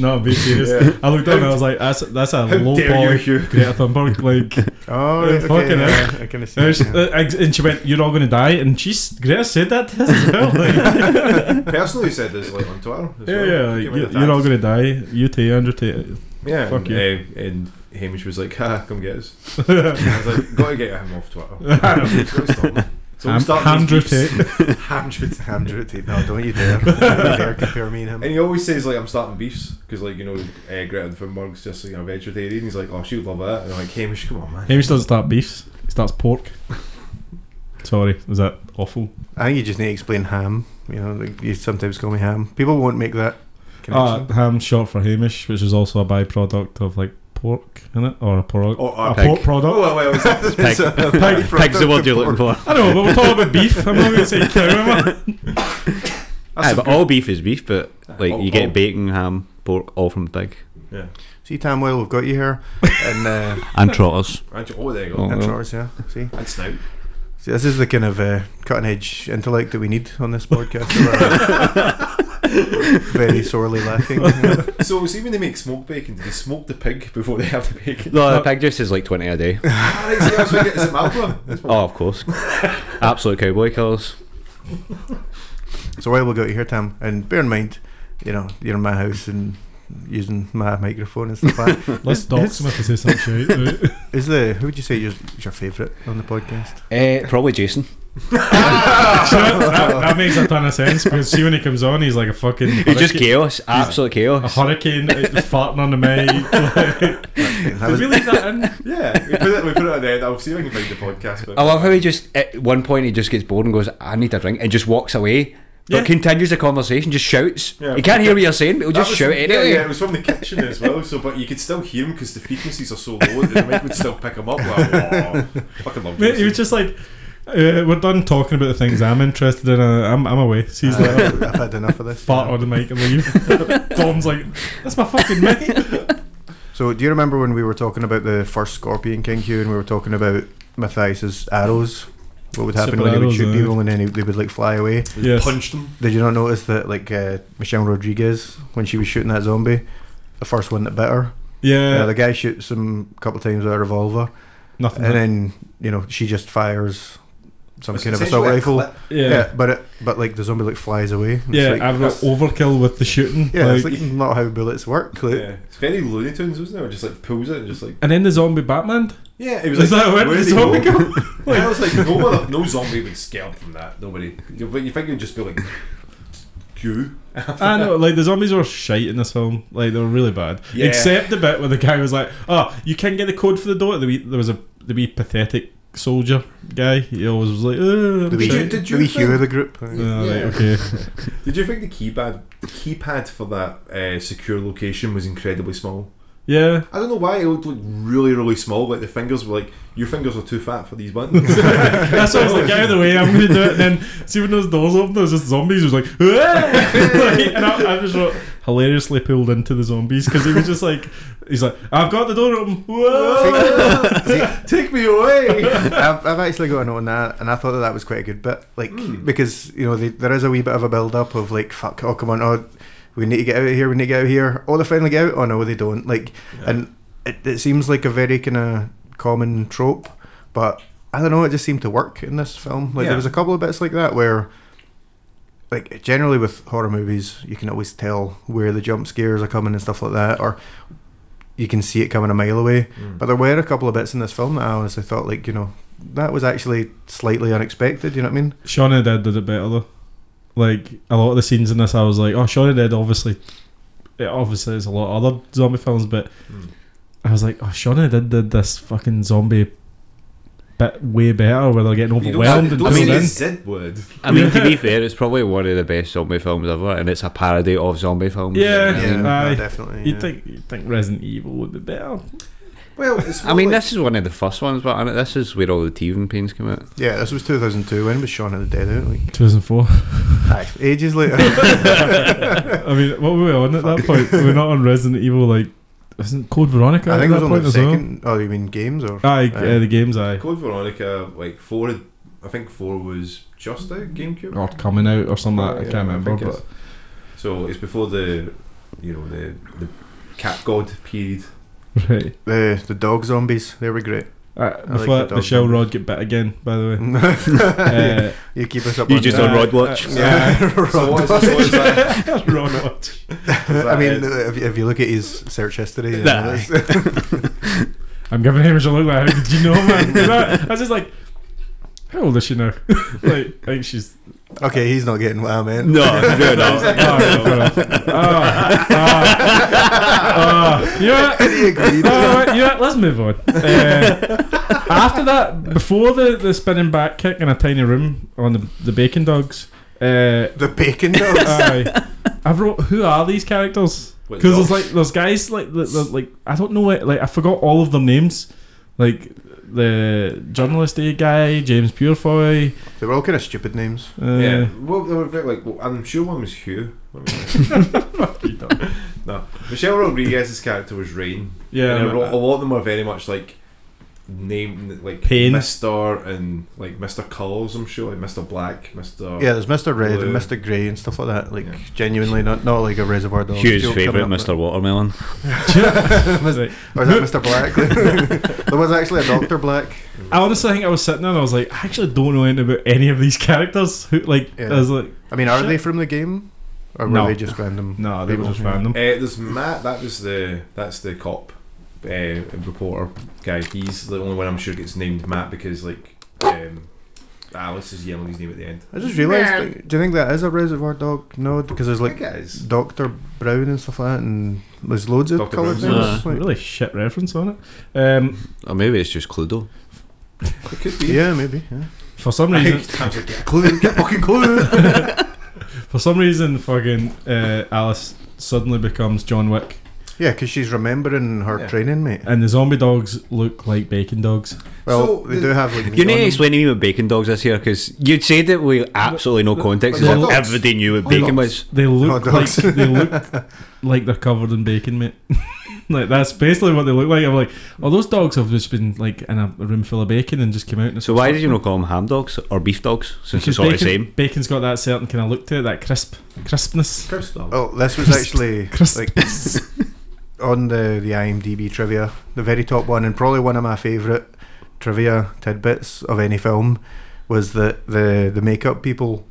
Speaker 3: no, I'm being serious.
Speaker 5: Yeah.
Speaker 3: I looked up and I was like, that's, that's a
Speaker 5: How
Speaker 3: low
Speaker 5: dare
Speaker 3: bar.
Speaker 5: you, Hugh?
Speaker 3: Greta Thunberg, like,
Speaker 1: Oh,
Speaker 3: Yeah,
Speaker 1: right, okay,
Speaker 3: fucking
Speaker 1: yeah, I kind of see.
Speaker 3: and
Speaker 1: it,
Speaker 3: she,
Speaker 1: yeah.
Speaker 3: uh, and she went, "You're all going to die," and she's Greta said that to us as well. Like,
Speaker 5: Personally said this like on Twitter. as
Speaker 3: yeah,
Speaker 5: well.
Speaker 3: yeah, like,
Speaker 5: Give me
Speaker 3: you,
Speaker 5: the
Speaker 3: you're all
Speaker 5: tags.
Speaker 3: going to die. You too, Andrew too.
Speaker 5: Yeah,
Speaker 3: Fuck
Speaker 5: and,
Speaker 3: you.
Speaker 5: uh, and Hamish was like, "Ha, come get us." I was like, "Got to get him off Twitter." so we
Speaker 3: Ham-
Speaker 5: start
Speaker 3: Andrew
Speaker 5: these
Speaker 3: Tate.
Speaker 5: beefs. Hamdra Tate.
Speaker 1: Andrew Tate. No, don't you dare. Don't you dare compare me and him.
Speaker 5: And he always says like, "I'm starting beefs" because like you know, uh, Greta Thunberg's just like a vegetarian. He's like, "Oh, she would love that." And I'm like, "Hamish, come on, man."
Speaker 3: Hamish doesn't start beefs. He starts pork. Sorry, is that awful?
Speaker 1: I think you just need to explain ham. You know, like you sometimes call me ham. People won't make that
Speaker 3: Uh,
Speaker 1: connection.
Speaker 3: ham short for Hamish, which is also a byproduct of like pork in it or a product.
Speaker 5: Or, or
Speaker 3: a
Speaker 2: pig.
Speaker 3: pork product.
Speaker 5: Oh, well, well, it's-
Speaker 2: Pig. Pig. Pig's the word you're looking for.
Speaker 3: I don't know, but we're talking about beef. I'm not going to say cow. Am I?
Speaker 5: that's Oh,
Speaker 2: Aye,
Speaker 5: some
Speaker 2: but all beef is beef, but like
Speaker 3: Oh,
Speaker 5: all-
Speaker 2: you get
Speaker 5: all-
Speaker 2: bacon, ham, pork, all from pig
Speaker 5: Yeah.
Speaker 1: See, Tam, well, we've got you here. And, uh,
Speaker 2: and trotters.
Speaker 5: Actually, oh, there you go.
Speaker 2: Oh.
Speaker 1: and
Speaker 2: well.
Speaker 1: Trotters, yeah. See?
Speaker 5: And snout.
Speaker 1: See, this is the kind of uh, cutting edge intellect that we need on this podcast. We're, uh, Very sorely lacking. yeah.
Speaker 5: So, see when they make smoked bacon, do they smoke the pig before they have the bacon?
Speaker 2: No, the pig juice is like twenty a day.
Speaker 5: ah, right, see, I was thinking, is it Marlboro? That's what-
Speaker 2: Oh, of course. Absolute cowboy colours.
Speaker 1: So while we've got you here, Tam, and bear in mind, you know, you're in my house and using my microphone and stuff like that.
Speaker 3: Let's dog Smith to say some shit. right?
Speaker 1: Is the who would you say is your favourite on the podcast?
Speaker 2: Eh, probably Jason.
Speaker 3: So that, that makes a ton of sense because see when he comes on, he's like a fucking.
Speaker 2: It's just
Speaker 3: hurricane-
Speaker 2: chaos. Absolute
Speaker 3: a
Speaker 2: chaos.
Speaker 3: hurricane uh, just farting on the mic. Like,
Speaker 1: And that
Speaker 3: did
Speaker 1: was-
Speaker 3: we leave that in?
Speaker 5: Yeah, we put it. We put it on the end. I'll see if I can find the podcast. But
Speaker 2: I love how he just at one point he just gets bored and goes, "I need a drink," and just walks away, but
Speaker 3: Yeah.
Speaker 2: continues the conversation. Just shouts.
Speaker 5: Yeah.
Speaker 2: He can't hear what you're saying, but he'll
Speaker 5: That
Speaker 2: just
Speaker 5: was
Speaker 2: shout
Speaker 5: from,
Speaker 2: anyway.
Speaker 5: Yeah, yeah, it was from the kitchen as well. So, but you could still hear him because the frequencies are so low that the mic would still pick him up. Like, oh, fucking love
Speaker 3: Mate, he
Speaker 5: Jason.
Speaker 3: was just like, uh, "We're done talking about the things I'm interested in. Uh, I'm, I'm away." So he's like,
Speaker 1: I've had enough of this.
Speaker 3: "Fart on the mic and leave." Dom's like, "That's my fucking mic."
Speaker 1: So, do you remember when we were talking about the first Scorpion King Hugh, and we were talking about Matthias's arrows? What would happen
Speaker 3: Super
Speaker 1: when he would
Speaker 3: arrows,
Speaker 1: shoot
Speaker 3: aye.
Speaker 1: people and then he, they would like fly away?
Speaker 3: Yes.
Speaker 5: punched him.
Speaker 1: Did you not notice that like uh, Michelle Rodriguez when she was shooting that zombie, the first one that bit her?
Speaker 3: Yeah,
Speaker 1: Uh, the guy shoots him a couple times with a revolver,
Speaker 3: nothing.
Speaker 1: and then you know she just fires some
Speaker 5: It's
Speaker 1: kind of assault
Speaker 5: essentially a
Speaker 1: rifle.
Speaker 5: clip.
Speaker 3: yeah, yeah.
Speaker 1: Yeah, but it, but like the zombie like flies away. It's like-
Speaker 3: I've got overkill with the shooting.
Speaker 1: yeah,
Speaker 3: like-
Speaker 1: it's like not how bullets work. like-
Speaker 5: Yeah, it's very Looney Tunes, wasn't it? It just like pulls it and just like
Speaker 3: and then the zombie Batman.
Speaker 5: yeah, it was like
Speaker 3: Is that where the
Speaker 5: did he
Speaker 3: zombie
Speaker 5: go?
Speaker 3: go?
Speaker 5: And I was like, no, one- no zombie would scale from that. Nobody. You- But you think you'd just be like, you.
Speaker 3: I know, like the zombies were shite in this film. Like they were really bad.
Speaker 5: Yeah.
Speaker 3: Except the bit where the guy was like, "Oh, you can't get the code for the door." The wee, there was a the wee pathetic soldier guy. He always was like,
Speaker 1: The
Speaker 3: "Oh, I'm
Speaker 1: wee,
Speaker 5: you-
Speaker 3: shite."
Speaker 5: did
Speaker 1: the
Speaker 5: you
Speaker 1: wee Hugh
Speaker 5: think-
Speaker 1: of the group.
Speaker 3: Oh, right,
Speaker 5: Yeah.
Speaker 3: okay.
Speaker 5: Did you think the keypad keypad for that uh, secure location was incredibly small?
Speaker 3: Yeah,
Speaker 5: I don't know why it looked like really really small. Like the fingers were like your fingers are too fat for these buttons.
Speaker 3: that's why I was like, "Get out of the way, I'm gonna do it." And then see when those doors opened, there was just zombies. It was like, "Ah!" Like, and I, I just wrote, hilariously pulled into the zombies because he was just like, he's like, "I've got the door open." Whoa.
Speaker 5: Take me away.
Speaker 1: I've, I've actually got a note on that, and I thought that that was quite a good bit. Like,
Speaker 5: Hmm.
Speaker 1: because you know, they, there is a wee bit of a build up of like, fuck, oh come on, oh, we need to get out of here, we need to get out of here. Oh, they finally get out. Oh no, they don't. Like, and it, it seems like a very kind of common trope, but I don't know. It just seemed to work in this film. Like,
Speaker 5: Yeah.
Speaker 1: there was a couple of bits like that where. Like generally with horror movies, you can always tell where the jump scares are coming and stuff like that, or you can see it coming a mile away. But there were a couple of bits in this film that I honestly thought, like, you know, that was actually slightly unexpected, you know what I mean?
Speaker 3: Shaun of the Dead did it better though. Like a lot of the scenes in this, I was like, oh, Shaun of the Dead obviously, it obviously is a lot of other zombie films, but
Speaker 5: Hmm.
Speaker 3: I was like, oh, Shaun of the Dead did this fucking zombie bit way better, where they're getting
Speaker 5: You don't
Speaker 3: overwhelmed
Speaker 5: say-
Speaker 3: and
Speaker 5: don't
Speaker 3: coming
Speaker 5: say the
Speaker 3: in.
Speaker 5: Z word.
Speaker 2: I mean, to be fair, it's probably one of the best zombie films ever, and it's a parody of zombie films.
Speaker 3: Yeah.
Speaker 1: Yeah, no,
Speaker 3: Aye.
Speaker 1: definitely.
Speaker 3: You'd
Speaker 1: yeah.
Speaker 3: think you'd think Resident Evil would be better.
Speaker 5: Well, it's
Speaker 2: I mean,
Speaker 5: like-
Speaker 2: this is one of the first ones, but I know- this is where all the teething pains come out.
Speaker 1: Yeah, this was 2002. When was Shaun of the Dead out? Like,
Speaker 3: 2004.
Speaker 1: aye, ages later.
Speaker 3: I mean, what were we on at that point? We We're not on Resident Evil. Like, wasn't Code Veronica?
Speaker 1: I
Speaker 3: at
Speaker 1: think it was
Speaker 3: that
Speaker 1: on
Speaker 3: point
Speaker 1: the
Speaker 3: as well?
Speaker 1: second. Oh, you mean games or?
Speaker 3: Aye,
Speaker 1: Aye.
Speaker 3: uh, the games. Aye,
Speaker 5: Code Veronica, like four, had- I think four was just out GameCube.
Speaker 3: or coming out or something. like Oh, that. I
Speaker 5: Yeah,
Speaker 3: can't
Speaker 5: I
Speaker 3: remember.
Speaker 5: think
Speaker 3: But
Speaker 5: it's- So it's before the, you know, the the cat god period.
Speaker 3: Right.
Speaker 1: The the dog zombies, they were great.
Speaker 3: Uh,
Speaker 1: I like
Speaker 3: before
Speaker 1: the
Speaker 3: the,
Speaker 1: dog
Speaker 3: shell
Speaker 1: one.
Speaker 3: rod get bit again, by the way.
Speaker 1: Yeah,
Speaker 3: Uh,
Speaker 1: you keep us up.
Speaker 2: You
Speaker 1: on
Speaker 2: just
Speaker 1: that.
Speaker 2: on Rod Watch.
Speaker 1: Yeah.
Speaker 5: Uh, So what is this? What is that?
Speaker 3: Rod watch.
Speaker 1: I mean,
Speaker 5: that
Speaker 1: if, if you look at his search history, you know,
Speaker 2: Nah.
Speaker 1: that's-
Speaker 3: I'm giving him a look like, how did you know, man? I was just like, how old is she now? like, I think she's.
Speaker 1: okay, he's not getting what I meant.
Speaker 2: No, no, no.
Speaker 3: Ah, no, no, no. Ah, ah, ah. You know what?
Speaker 1: he agreed.
Speaker 3: Alright, you know what? Let's move on. Uh, after that, before the, the spinning back kick in a tiny room on the, the bacon dogs, uh,
Speaker 1: the bacon dogs.
Speaker 3: aye, I wrote who are these characters?
Speaker 5: What
Speaker 3: Because there's
Speaker 5: dogs?
Speaker 3: like there's guys like that- that- like I don't know what like I forgot all of their names, like the journalist A guy, James Purefoy.
Speaker 1: they were all kind of stupid names.
Speaker 3: Uh,
Speaker 5: yeah. Well, they were very, like well, I'm sure one was Hugh. Let me- no, no. Michelle Rodriguez's character was Rain.
Speaker 3: yeah,
Speaker 5: and a, ro- a
Speaker 3: I'm-
Speaker 5: lot of them are very much like named like
Speaker 3: Pain.
Speaker 5: Mister and like Mister Colors. I'm sure like Mister Black, Mister.
Speaker 1: Yeah, there's Mr. Red
Speaker 5: Blue.
Speaker 1: and Mr. Grey and stuff like that. Like
Speaker 5: Yeah.
Speaker 1: genuinely, not not like a Reservoir Dogs.
Speaker 2: Hugh's
Speaker 1: joke
Speaker 2: favourite,
Speaker 1: coming up,
Speaker 2: Mr. Watermelon.
Speaker 3: Right.
Speaker 1: but- Or is that Mr. Black? there was actually a Doctor Black.
Speaker 5: Uh,
Speaker 3: I honestly think I was sitting there and I was like, I actually don't know anything about any of these characters. Who like
Speaker 1: Yeah.
Speaker 3: I was like,
Speaker 1: I mean, are
Speaker 3: Shit.
Speaker 1: they from the game, or were
Speaker 3: No.
Speaker 1: they just random?
Speaker 3: no, they were
Speaker 1: people?
Speaker 3: just random.
Speaker 5: Uh, there's Matt. That was the that's the cop uh, reporter guy. He's the only one I'm sure gets named Matt because like um, Alice is yelling his name at the end.
Speaker 1: I just realised. like, do you think that is a Reservoir Dog nod? Because there's
Speaker 5: I
Speaker 1: like
Speaker 5: think it is.
Speaker 1: Doctor Brown and stuff like that, and there's loads of
Speaker 5: Dr.
Speaker 1: coloured
Speaker 5: Brown's
Speaker 2: Uh,
Speaker 1: names.
Speaker 3: It's a
Speaker 1: like-
Speaker 3: really shit reference on it. Um,
Speaker 2: Or maybe it's just Cluedo.
Speaker 5: It could be.
Speaker 1: yeah, maybe. Yeah.
Speaker 3: for some
Speaker 5: I
Speaker 3: reason,
Speaker 5: think times like, yeah.
Speaker 1: Clue, get fucking clue.
Speaker 3: for some reason, fucking uh, Alice suddenly becomes John Wick,
Speaker 1: yeah, because she's remembering her
Speaker 5: Yeah.
Speaker 1: training, mate.
Speaker 3: and the zombie dogs look like bacon dogs.
Speaker 1: Well,
Speaker 5: So
Speaker 1: they
Speaker 5: the-
Speaker 1: do have like. meat
Speaker 2: You
Speaker 1: on
Speaker 2: need to
Speaker 1: them.
Speaker 2: explain to me what bacon dogs is here, because you'd said it with absolutely no context.
Speaker 5: Hot
Speaker 2: and
Speaker 5: dogs.
Speaker 2: everybody knew what
Speaker 5: Hot
Speaker 2: bacon was.
Speaker 5: dogs.
Speaker 3: They look
Speaker 1: Hot
Speaker 3: like
Speaker 1: dogs.
Speaker 3: they look like they're covered in bacon, mate. like that's basically what they look like. I'm like, oh, those dogs have just been like in a room full of bacon and just came out. And
Speaker 2: So why did you not call them ham dogs or beef dogs, since it's all the
Speaker 3: bacon,
Speaker 2: same?
Speaker 3: Bacon's got that certain kind of look to it, that crisp crispness.
Speaker 5: Crisp dog.
Speaker 1: Oh, this was actually like on the the IMDb trivia, the very top one, and probably one of my favourite trivia tidbits of any film was that the the makeup people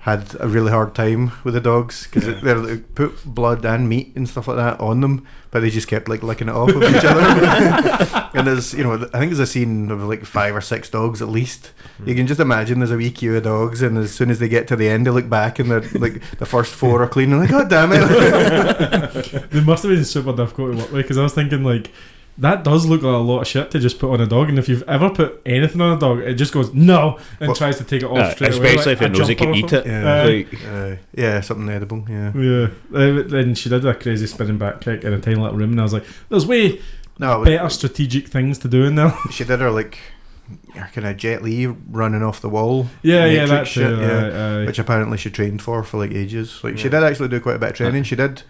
Speaker 1: had a really hard time with the dogs because
Speaker 5: Yeah.
Speaker 1: they put blood and meat and stuff like that on them, but they just kept like licking it off of each other. and there's you know I think there's a scene of like five or six dogs at least. You can just imagine there's a wee queue of dogs, and as soon as they get to the end, they look back and they're like the first four are clean. And like, God damn it!
Speaker 3: They must have been super difficult to work with because I was thinking like that does look like a lot of shit to just put on a dog, and if you've ever put anything on a dog, it just goes no and
Speaker 1: Well-
Speaker 3: tries to take it off
Speaker 2: Uh,
Speaker 3: straight away.
Speaker 2: especially if
Speaker 3: like,
Speaker 2: it knows it can
Speaker 3: jumper or
Speaker 2: eat it.
Speaker 1: Yeah.
Speaker 2: Like,
Speaker 1: uh, yeah, something edible. Yeah.
Speaker 3: something. Yeah, Uh, but then she did a crazy spinning back kick in a tiny little room, and I was like, "There's way
Speaker 1: No, it
Speaker 3: better strategic things to do in there."
Speaker 1: was- she did her like her kind of Jet Li running off the wall.
Speaker 3: yeah, yeah,
Speaker 1: Matrix
Speaker 3: that's
Speaker 1: shit,
Speaker 3: true.
Speaker 1: yeah.
Speaker 3: aye, aye.
Speaker 1: which apparently she trained for for like ages. Like she
Speaker 5: Yeah.
Speaker 1: did actually do quite a bit of training. She did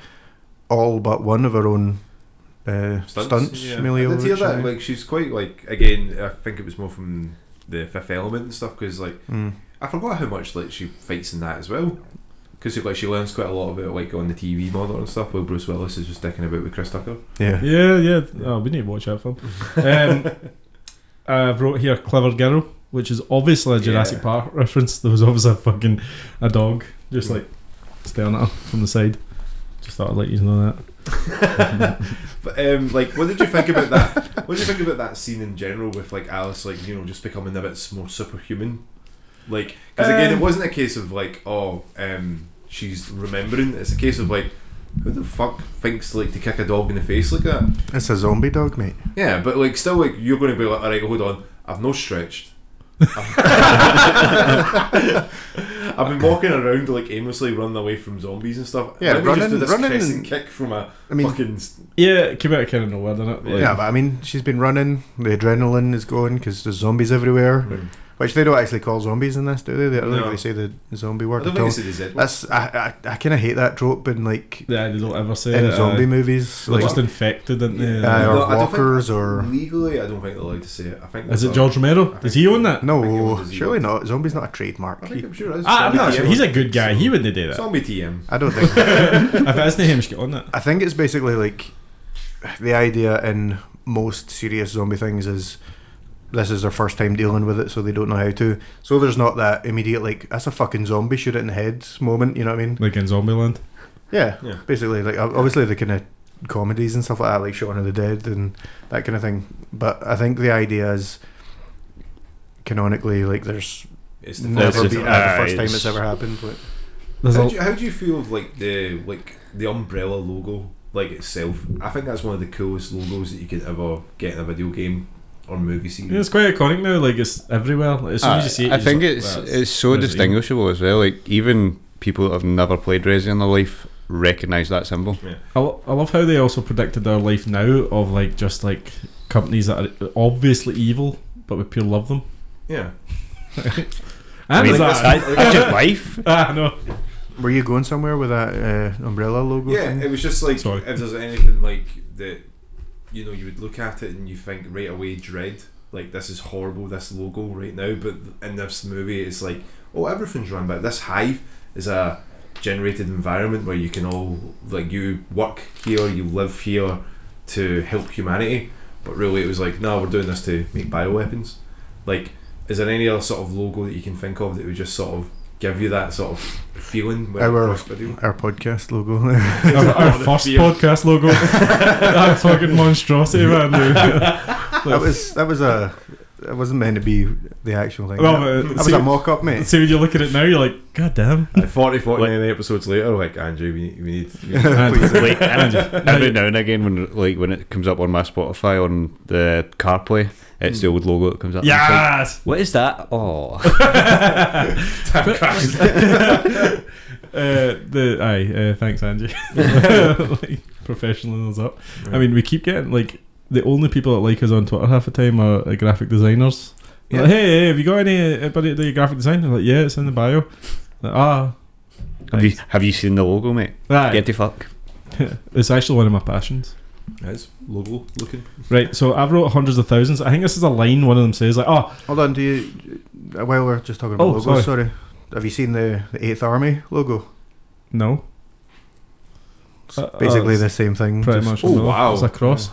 Speaker 1: all but one of her own uh, stunts.
Speaker 5: yeah.
Speaker 1: Millie
Speaker 5: I did hear
Speaker 1: Overdrive.
Speaker 5: that. Like she's quite like again. I think it was more from the Fifth Element and stuff because like
Speaker 1: Mm.
Speaker 5: I forgot how much like she fights in that as well. Because like she learns quite a lot about like on the TV monitor and stuff. Where Bruce Willis is just dicking about with Chris Tucker.
Speaker 1: Yeah.
Speaker 3: Yeah, yeah. Oh, we need to watch that film. Um, I've wrote here Clever Girl, which is obviously a Jurassic
Speaker 5: Yeah.
Speaker 3: Park reference. There was obviously a fucking a dog just like staring at her from the side. Just thought I'd let you know that.
Speaker 5: But um, like, what did you think about that? What did you think about that scene in general with like Alice, like you know, just becoming a bit more superhuman? Like, because again,
Speaker 3: Um,
Speaker 5: it wasn't a case of like, oh, um, she's remembering. It's a case of like, who the fuck thinks like to kick a dog in the face like that?
Speaker 1: It's a zombie dog, mate.
Speaker 5: Yeah, but like, still, like, you're going to be like, all right, hold on, I've no stretched. I've been walking around like aimlessly running away from zombies and stuff.
Speaker 1: Yeah,
Speaker 5: Let me
Speaker 1: running-
Speaker 5: just do this
Speaker 1: running
Speaker 5: crescent
Speaker 1: and-
Speaker 5: kick from a
Speaker 1: I mean,
Speaker 5: fucking
Speaker 3: Yeah, it came out of kind of nowhere, didn't it?
Speaker 5: Yeah.
Speaker 1: yeah, but I mean, she's been running. The adrenaline is going because there's zombies everywhere. Which they don't actually call zombies in this, do they? They I don't think
Speaker 5: No.
Speaker 1: they say the zombie
Speaker 5: I
Speaker 1: word
Speaker 5: don't
Speaker 1: at
Speaker 5: think
Speaker 1: all.
Speaker 5: it's the Z word.
Speaker 1: That's I I, I kind of hate that trope in like
Speaker 3: Yeah, they don't ever say
Speaker 1: in
Speaker 3: it, uh,
Speaker 1: zombie movies.
Speaker 3: They're
Speaker 1: Like,
Speaker 3: just infected, aren't they?
Speaker 1: Aye, or
Speaker 5: No, I don't think-
Speaker 1: walkers or-
Speaker 5: legally, I don't think they're allowed to say it. I think
Speaker 3: Is
Speaker 5: that's
Speaker 3: it
Speaker 5: a-
Speaker 3: George Romero? Does
Speaker 5: I think
Speaker 3: he
Speaker 5: it-
Speaker 3: own that?
Speaker 5: I think it
Speaker 1: no,
Speaker 5: was a
Speaker 1: surely
Speaker 5: zero.
Speaker 1: not. Zombie's not a trademark.
Speaker 5: I think I'm
Speaker 1: He-
Speaker 5: sure it is.
Speaker 3: Ah, I'm not
Speaker 5: Zombie
Speaker 3: sure.
Speaker 5: TM.
Speaker 3: He's a good guy. He wouldn't do that.
Speaker 5: zombie TM.
Speaker 1: I don't think.
Speaker 3: if it's not him, "Oh, just get on that.
Speaker 1: I think it's basically like the idea in most serious zombie things is this is their first time dealing with it, so they don't know how to. So there's not that immediate like that's a fucking zombie shoot it in the head moment. You know what I mean?
Speaker 3: Like in Zombieland.
Speaker 1: Yeah,
Speaker 5: Yeah.
Speaker 1: basically like ob- obviously the kind of comedies and stuff like that, like Shaun of the Dead and that kind of thing. But I think the idea is canonically like there's
Speaker 5: It's the
Speaker 2: That's
Speaker 1: never
Speaker 2: it.
Speaker 5: first
Speaker 1: been uh,
Speaker 5: time.
Speaker 2: Ah,
Speaker 1: the first time
Speaker 2: it's-
Speaker 1: it's ever happened. Like,
Speaker 3: There's
Speaker 5: How
Speaker 3: a,
Speaker 5: do, you, how do you feel of like the like the umbrella logo like itself? I think that's one of the coolest logos that you could ever get in a video game or movie series.
Speaker 3: yeah, it's quite iconic now. Like it's everywhere. Like, as soon as you see it,
Speaker 2: uh, I
Speaker 3: you're
Speaker 2: think it's
Speaker 3: just like, "Wow,
Speaker 2: it's so
Speaker 3: Resident Evil."
Speaker 2: distinguishable as well. Like even people that have never played Resi in their life recognize that symbol.
Speaker 3: I, lo- I love how they also predicted our life now of like just like companies that are obviously evil, but we pure love them.
Speaker 5: Yeah.
Speaker 3: And
Speaker 5: mean,
Speaker 3: is that?
Speaker 5: that's-
Speaker 2: that's just life.
Speaker 3: Ah, no.
Speaker 1: were you going somewhere with that uh, umbrella logo?
Speaker 5: Yeah, it
Speaker 1: thing?
Speaker 5: was just like
Speaker 3: Sorry.
Speaker 5: if there's anything like that, you know, you would look at it and you think right away dread. Like this is horrible. This logo right now, but in this movie, it's like oh everything's run by this hive is a generated environment where you can all like you work here, you live here to help humanity. But really, it was like no, we're doing this to make bioweapons. Like, is there any other sort of logo that you can think of that would just sort of give you that sort of feeling? when it
Speaker 1: Our-
Speaker 5: first video?
Speaker 1: our podcast logo.
Speaker 3: Our, our
Speaker 5: Oh, the
Speaker 3: first
Speaker 5: fear.
Speaker 3: podcast logo. that fucking monstrosity, man. dude.
Speaker 1: that was that was a that wasn't meant to be the actual thing.
Speaker 3: Well,
Speaker 1: that,
Speaker 3: but
Speaker 1: that was
Speaker 3: see-
Speaker 1: a mock-up, mate.
Speaker 3: See, when you look at it now, you're like, God damn.
Speaker 5: Like 40, 49
Speaker 2: Like-
Speaker 5: episodes later, like Andrew, we need, we need, we need
Speaker 1: Please. uh,
Speaker 2: like and every now and again when like when it comes up on my Spotify on the CarPlay, it's
Speaker 3: Hmm.
Speaker 2: the old logo that comes up. and it's like,
Speaker 3: Yes!
Speaker 2: what is that? Oh,
Speaker 3: uh, the aye, uh, thanks, Angie. like, professionalism's up. I mean, we keep getting like the only people that like us on Twitter half the time are uh, graphic designers. They're Like,
Speaker 5: Yeah.
Speaker 3: hey, hey, have you got any anybody that do graphic design? They're like, yeah, it's in the bio. Like, ah,
Speaker 2: have you have you seen the logo, mate?
Speaker 3: right.
Speaker 2: Get the fuck.
Speaker 3: it's actually one of my passions.
Speaker 5: That's logo looking.
Speaker 3: Right, so I've wrote hundreds of thousands. I think this is a line one of them says like, oh,
Speaker 1: Hold on, do you? uh, While we're just talking about
Speaker 3: Oh,
Speaker 1: logos,
Speaker 3: sorry.
Speaker 1: sorry. Have you seen the, the Eighth Army logo?
Speaker 3: no,
Speaker 1: It's
Speaker 3: Uh, uh,
Speaker 1: basically
Speaker 3: it's
Speaker 1: the same thing.
Speaker 3: pretty
Speaker 1: just-
Speaker 3: much.
Speaker 5: oh,
Speaker 3: no.
Speaker 5: wow.
Speaker 3: It's a cross.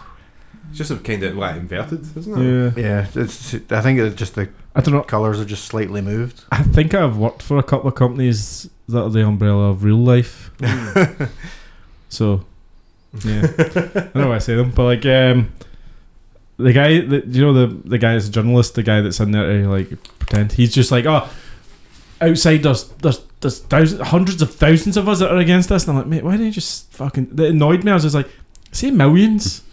Speaker 5: It's just a kind of like inverted, isn't it?
Speaker 3: Yeah.
Speaker 1: Yeah, it's, I think it's just the
Speaker 3: I don't know.
Speaker 1: colours are just slightly moved.
Speaker 3: I think I've worked for a couple of companies that are the umbrella of real life. So, yeah, I don't know why I say them, but like, um, the guy that you know the the guy that's a journalist, the guy that's in there to like pretend he's just like, oh, outside there's there's there's thousands, hundreds of thousands of us that are against this, and I'm like, mate, why don't you just fucking? That annoyed me. I was just like, say millions.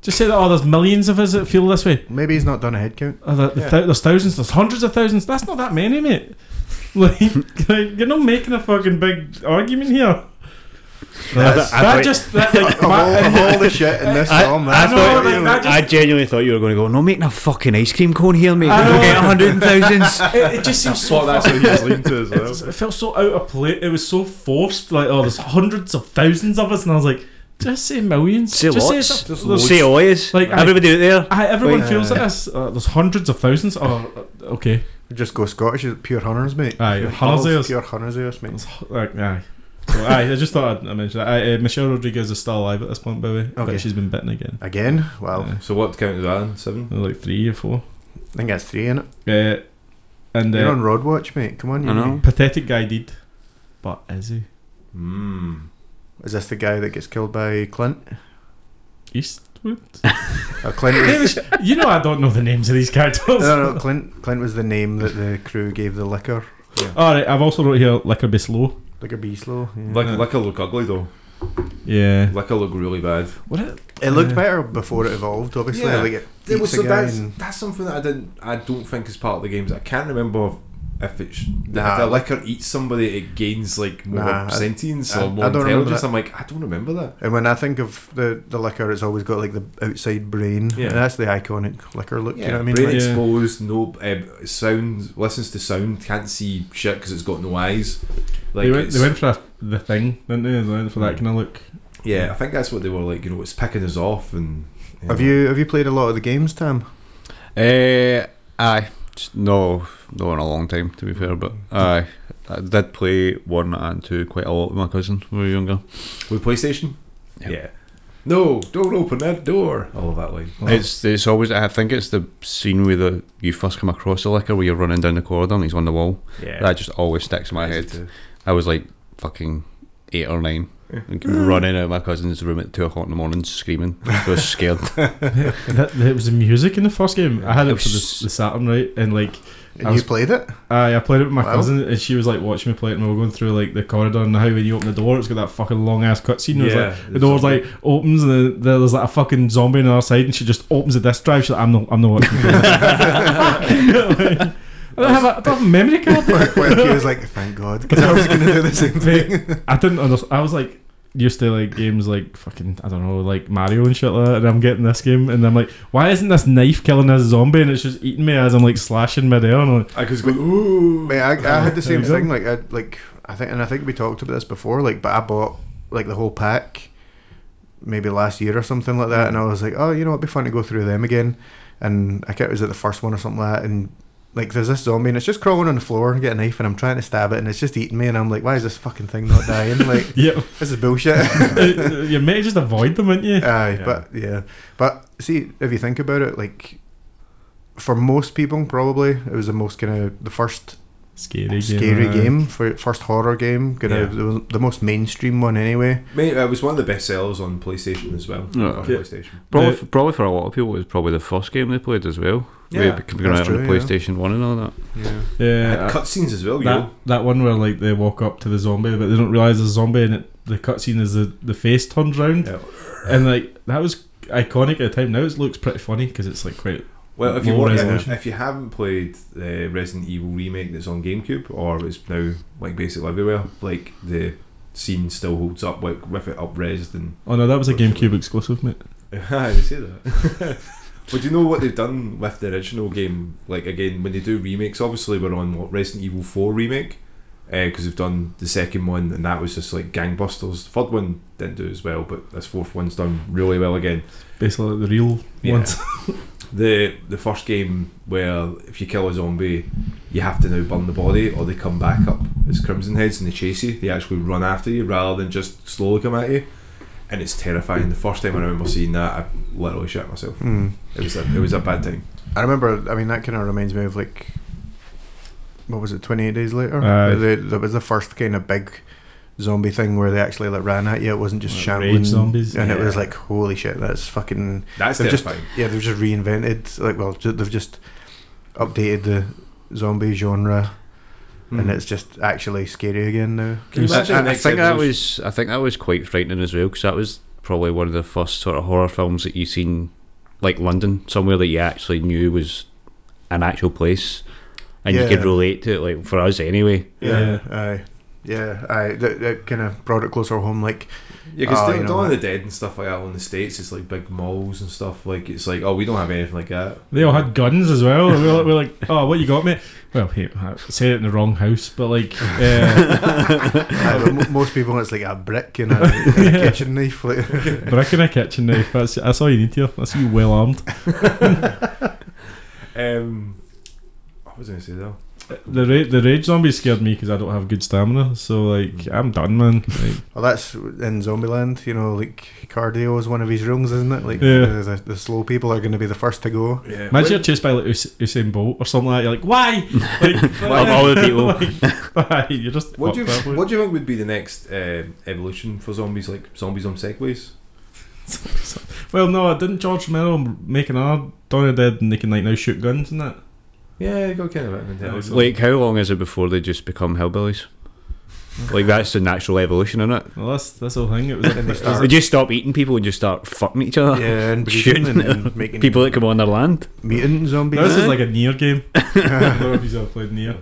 Speaker 3: Just say that. Oh, there's millions of us that feel this way.
Speaker 1: Maybe he's not done a head count.
Speaker 3: Oh, the, the
Speaker 5: Yeah.
Speaker 3: thou- there's thousands, there's hundreds of thousands. That's not that many, mate. Like, like, you're not making a fucking big argument here.
Speaker 1: That's-
Speaker 2: I
Speaker 3: that
Speaker 2: thought-
Speaker 3: just that,
Speaker 1: of,
Speaker 3: like,
Speaker 1: all,
Speaker 3: my-
Speaker 1: of all the shit in this
Speaker 2: I,
Speaker 1: film,
Speaker 2: I
Speaker 1: that's
Speaker 3: know,
Speaker 2: thought-
Speaker 1: what
Speaker 3: like,
Speaker 1: you-
Speaker 3: that just-
Speaker 2: I genuinely thought you were going to go. No, making a fucking ice cream cone here, mate.
Speaker 3: I
Speaker 2: We'll
Speaker 3: know.
Speaker 2: get a hundred and thousands.
Speaker 3: it, it just seems so.
Speaker 5: Well, that's what he was leaning to as well.
Speaker 3: It felt so out of place. It was so forced. Like, oh, there's hundreds of thousands of us, and I was like, just say millions.
Speaker 2: Say
Speaker 3: just
Speaker 2: lots.
Speaker 3: some-
Speaker 5: Just
Speaker 3: there's-
Speaker 2: Say always.
Speaker 3: Like, I-
Speaker 2: Everybody out there.
Speaker 3: Aye, everyone
Speaker 1: Like-
Speaker 3: feels like this. Uh, there's hundreds of thousands. Oh, uh, okay.
Speaker 1: just go Scottish, it's pure hunters, mate.
Speaker 3: Aye,
Speaker 1: Pure
Speaker 3: hunters' ears.
Speaker 1: Pure hunters' ears, mate.
Speaker 3: It's h- like, aye. So, aye, I just thought I'd, I mentioned that. Aye, uh, Michelle Rodriguez is still alive at this point, by the way,
Speaker 1: Okay.
Speaker 3: but she's been bitten again.
Speaker 1: Again, well,
Speaker 3: Yeah.
Speaker 5: So what count is that in? Seven?
Speaker 3: There were like three or four.
Speaker 1: I think that's three in it.
Speaker 3: Uh, and
Speaker 1: You're on
Speaker 3: uh,
Speaker 1: road watch, mate. Come on, you.
Speaker 2: I know.
Speaker 3: pathetic guy did, but is he
Speaker 5: Mm.
Speaker 1: Is this the guy that gets killed by Clint?
Speaker 3: Eastwood?
Speaker 1: Uh, Clint was-
Speaker 3: you know I don't know the names of these characters.
Speaker 1: No, no, Clint. Clint was the name that the crew gave the liquor.
Speaker 3: All right, I've also wrote here liquor be slow.
Speaker 1: Liquor be slow. yeah.
Speaker 5: Like,
Speaker 3: Yeah.
Speaker 5: Liquor look ugly though.
Speaker 3: Yeah.
Speaker 5: Liquor look really bad.
Speaker 3: What? It,
Speaker 1: it looked
Speaker 3: uh,
Speaker 1: better before it evolved. Obviously,
Speaker 5: Yeah.
Speaker 1: like it,
Speaker 5: It was
Speaker 1: eats a
Speaker 5: so
Speaker 1: guy
Speaker 5: that's,
Speaker 1: and-
Speaker 5: that's something that I didn't I don't think is part of the games. I can't remember if it's nah.
Speaker 1: Nah.
Speaker 5: if a liquor eats somebody, it gains like more
Speaker 1: Nah, I-
Speaker 5: sentience
Speaker 1: I-
Speaker 5: or more
Speaker 1: I don't remember
Speaker 5: intelligence.
Speaker 1: that.
Speaker 5: I'm like, I don't remember that.
Speaker 1: And when I think of the, the liquor, it's always got like the outside brain.
Speaker 5: Yeah.
Speaker 1: And that's the iconic liquor look. You know what I mean?
Speaker 5: brain
Speaker 1: Like,
Speaker 3: Yeah.
Speaker 5: exposed, no um, sound. Listens to sound, can't see shit because it's got no eyes. Like
Speaker 3: they, went,
Speaker 5: it's-
Speaker 3: they went for a, the thing, didn't they? They went for that
Speaker 1: Hmm.
Speaker 3: kind of look.
Speaker 5: yeah, I think that's what they were like. You know, it's picking us off and.
Speaker 1: have you have you played a lot of the games, Tam?
Speaker 2: Uh, aye, Just no, no in a long time to be fair, but aye, I did play one and two quite a lot with my cousin when we were younger.
Speaker 5: with PlayStation?
Speaker 2: Yeah.
Speaker 5: Yeah. No, don't open that door. All of that line.
Speaker 2: It's it's always I think it's the scene where the you first come across the liquor where you're running down the corridor and he's on the wall.
Speaker 5: yeah.
Speaker 2: That just always sticks in my
Speaker 5: Easy
Speaker 2: head.
Speaker 5: to-
Speaker 2: I was like fucking eight or nine.
Speaker 5: Yeah.
Speaker 2: and Running out of my cousin's room at two o'clock in the morning, screaming. I was scared.
Speaker 3: that, there was the music in the first game. I had it,
Speaker 2: It
Speaker 3: for
Speaker 2: was-
Speaker 3: the, the Saturn, right? And like,
Speaker 1: And
Speaker 3: I
Speaker 1: you
Speaker 3: was-
Speaker 1: played it?
Speaker 3: I, I played it with my
Speaker 1: Wow.
Speaker 3: cousin, and she was like watching me play it, and we were going through like the corridor and how when you open the door, it's got that fucking long ass cutscene. Yeah,
Speaker 5: Yeah,
Speaker 3: like, the
Speaker 5: the
Speaker 3: door's
Speaker 5: zombie.
Speaker 3: like opens, and then there's like a fucking zombie on the other side, and she just opens the disk drive. She's like, "I'm not, I'm not watching." this." Like, I don't have a, I don't have a memory card.
Speaker 1: when he was like, thank God, because I was going to do the same thing.
Speaker 3: I didn't understand. I was like used to like games like fucking I don't know like Mario and shit like that, and I'm getting this game, and I'm like, why isn't this knife killing this zombie, and it's just eating me as I'm like slashing midair, and I'm like,
Speaker 5: I could go. Ooh.
Speaker 1: Mate, I, I had the
Speaker 3: There
Speaker 1: same
Speaker 3: you go.
Speaker 1: thing. Like, I like I think, and I think we talked about this before. Like, but I bought like the whole pack, maybe last year or something like that. And I was like, oh, you know, it'd be fun to go through them again. And I think it was at the first one or something like that. And like, there's this zombie, and it's just crawling on the floor and get a knife, and I'm trying to stab it, and it's just eating me, and I'm like, why is this fucking thing not dying? Like,
Speaker 3: yeah,
Speaker 1: this is bullshit.
Speaker 3: you may just avoid them, wouldn't you?
Speaker 1: Aye,
Speaker 5: Yeah.
Speaker 1: but yeah, but see, if you think about it, like for most people, probably it was the most kind of the first
Speaker 3: Scary game.
Speaker 1: scary
Speaker 3: uh,
Speaker 1: game for first horror game, kind of
Speaker 5: Yeah.
Speaker 1: the, the most mainstream one anyway.
Speaker 5: Mate, it was one of the best sellers on PlayStation as well.
Speaker 2: Yeah.
Speaker 5: On
Speaker 3: Yeah.
Speaker 5: PlayStation.
Speaker 2: Probably,
Speaker 3: The-
Speaker 2: f probably for a lot of people, it was probably the first game they played as well.
Speaker 5: Yeah,
Speaker 2: Yeah, coming out
Speaker 1: that's
Speaker 2: on the
Speaker 1: true, yeah.
Speaker 2: PlayStation One and all that.
Speaker 5: Yeah. It
Speaker 3: Yeah,
Speaker 5: had cutscenes as well, you
Speaker 3: that,
Speaker 5: know.
Speaker 3: that one where like they walk up to the zombie, but they don't realize there's a zombie, and it, the cutscene is the, the face turns round,
Speaker 5: Yeah.
Speaker 3: and like that was iconic at the time. Now it looks pretty funny because it's like quite
Speaker 5: Well, if you
Speaker 3: More
Speaker 5: want,
Speaker 3: resolution.
Speaker 5: if you haven't played the Resident Evil remake that's on GameCube or it's now like basically everywhere, like the scene still holds up, like with it up resed and.
Speaker 3: Oh no, that was a GameCube exclusive, mate.
Speaker 5: Aye, they say that. but do you know what they've done with the original game? Like again, when they do remakes, obviously we're on what Resident Evil Four remake because they've done the second one and that was just like gangbusters. The third one didn't do as well, but this fourth one's done really well again.
Speaker 3: Basically, like the real
Speaker 5: Yeah.
Speaker 3: ones.
Speaker 5: The the first game where if you kill a zombie, you have to now burn the body or they come back up as Crimson Heads and they chase you. They actually run after you rather than just slowly come at you. And it's terrifying. The first time I remember seeing that, I literally shit myself.
Speaker 1: Hmm.
Speaker 5: It was a, it was a bad time.
Speaker 1: I remember. I mean, that kind of reminds me of like what was it? Twenty eight days later.
Speaker 3: Aye.
Speaker 1: The- that was the first kind of big zombie thing where they actually like ran at you. It wasn't just
Speaker 3: Like
Speaker 1: shambling
Speaker 3: rage zombies.
Speaker 1: and it was
Speaker 5: Yeah.
Speaker 1: like, holy shit, that's fucking.
Speaker 5: That's
Speaker 1: They've just
Speaker 5: terrifying.
Speaker 1: yeah, they've just reinvented like well, ju- they've just updated the zombie genre,
Speaker 3: Hmm.
Speaker 1: and it's just actually scary again now.
Speaker 5: Can you
Speaker 3: I-
Speaker 5: imagine
Speaker 2: I,
Speaker 5: the
Speaker 2: I
Speaker 5: next
Speaker 2: think that
Speaker 5: evolution?
Speaker 2: was I think that was quite frightening as well because that was probably one of the first sort of horror films that you seen like London somewhere that you actually knew was an actual place and you could
Speaker 1: Yeah.
Speaker 2: relate to it like for us anyway
Speaker 3: Yeah.
Speaker 1: aye, yeah, aye. That, that kind of brought it closer home. Like,
Speaker 5: Yeah, because
Speaker 1: Oh,
Speaker 5: Dawn
Speaker 1: you know
Speaker 5: Dawn of the
Speaker 1: what?
Speaker 5: Dead and stuff like that in the states, it's like big malls and stuff. Like it's like, oh, we don't have anything like that.
Speaker 3: They all had guns as well. We were, we were like, oh, what you got, mate? Well, hey, I said it in the wrong house, but like, uh,
Speaker 1: aye, but mo- most people, it's like a brick and a, and a
Speaker 3: Yeah.
Speaker 1: kitchen knife. Like,
Speaker 3: brick in a kitchen knife. That's, that's all you need here. That's you well armed.
Speaker 5: Um, what was I going to say though?
Speaker 3: The ra- the rage zombie scared me because I don't have good stamina. So like, I'm done, man. Like,
Speaker 1: well, that's in Zombieland. You know, like cardio is one of his rooms, isn't it? Like,
Speaker 3: Yeah.
Speaker 1: the, the, the slow people are going to be the first to go.
Speaker 5: Yeah,
Speaker 3: imagine you're chased by like Us- Usain Bolt or something like. that. You're like, why? Like,
Speaker 2: Of all the people.
Speaker 3: like, why? You're just.
Speaker 5: What do you
Speaker 3: fucked up, like.
Speaker 5: What do you think would be the next um evolution for zombies? Like zombies on segways?
Speaker 3: Well, no, I didn't George Romero make another Dawn of the Dead and they can like now shoot guns and that.
Speaker 5: Yeah, they got kind of intelligence.
Speaker 2: like how long is it before they just become hillbillies like that's the natural evolution in it
Speaker 3: Well, that's that's the whole thing. It was,
Speaker 1: And they
Speaker 3: it was-
Speaker 1: start-
Speaker 2: they just stop eating people and just start fucking each other
Speaker 1: Yeah, and
Speaker 2: Shooting
Speaker 1: breeding and, and making
Speaker 2: people that come on their land
Speaker 1: mutant zombies.
Speaker 3: No, this is like a near game. I don't know if you've ever played near.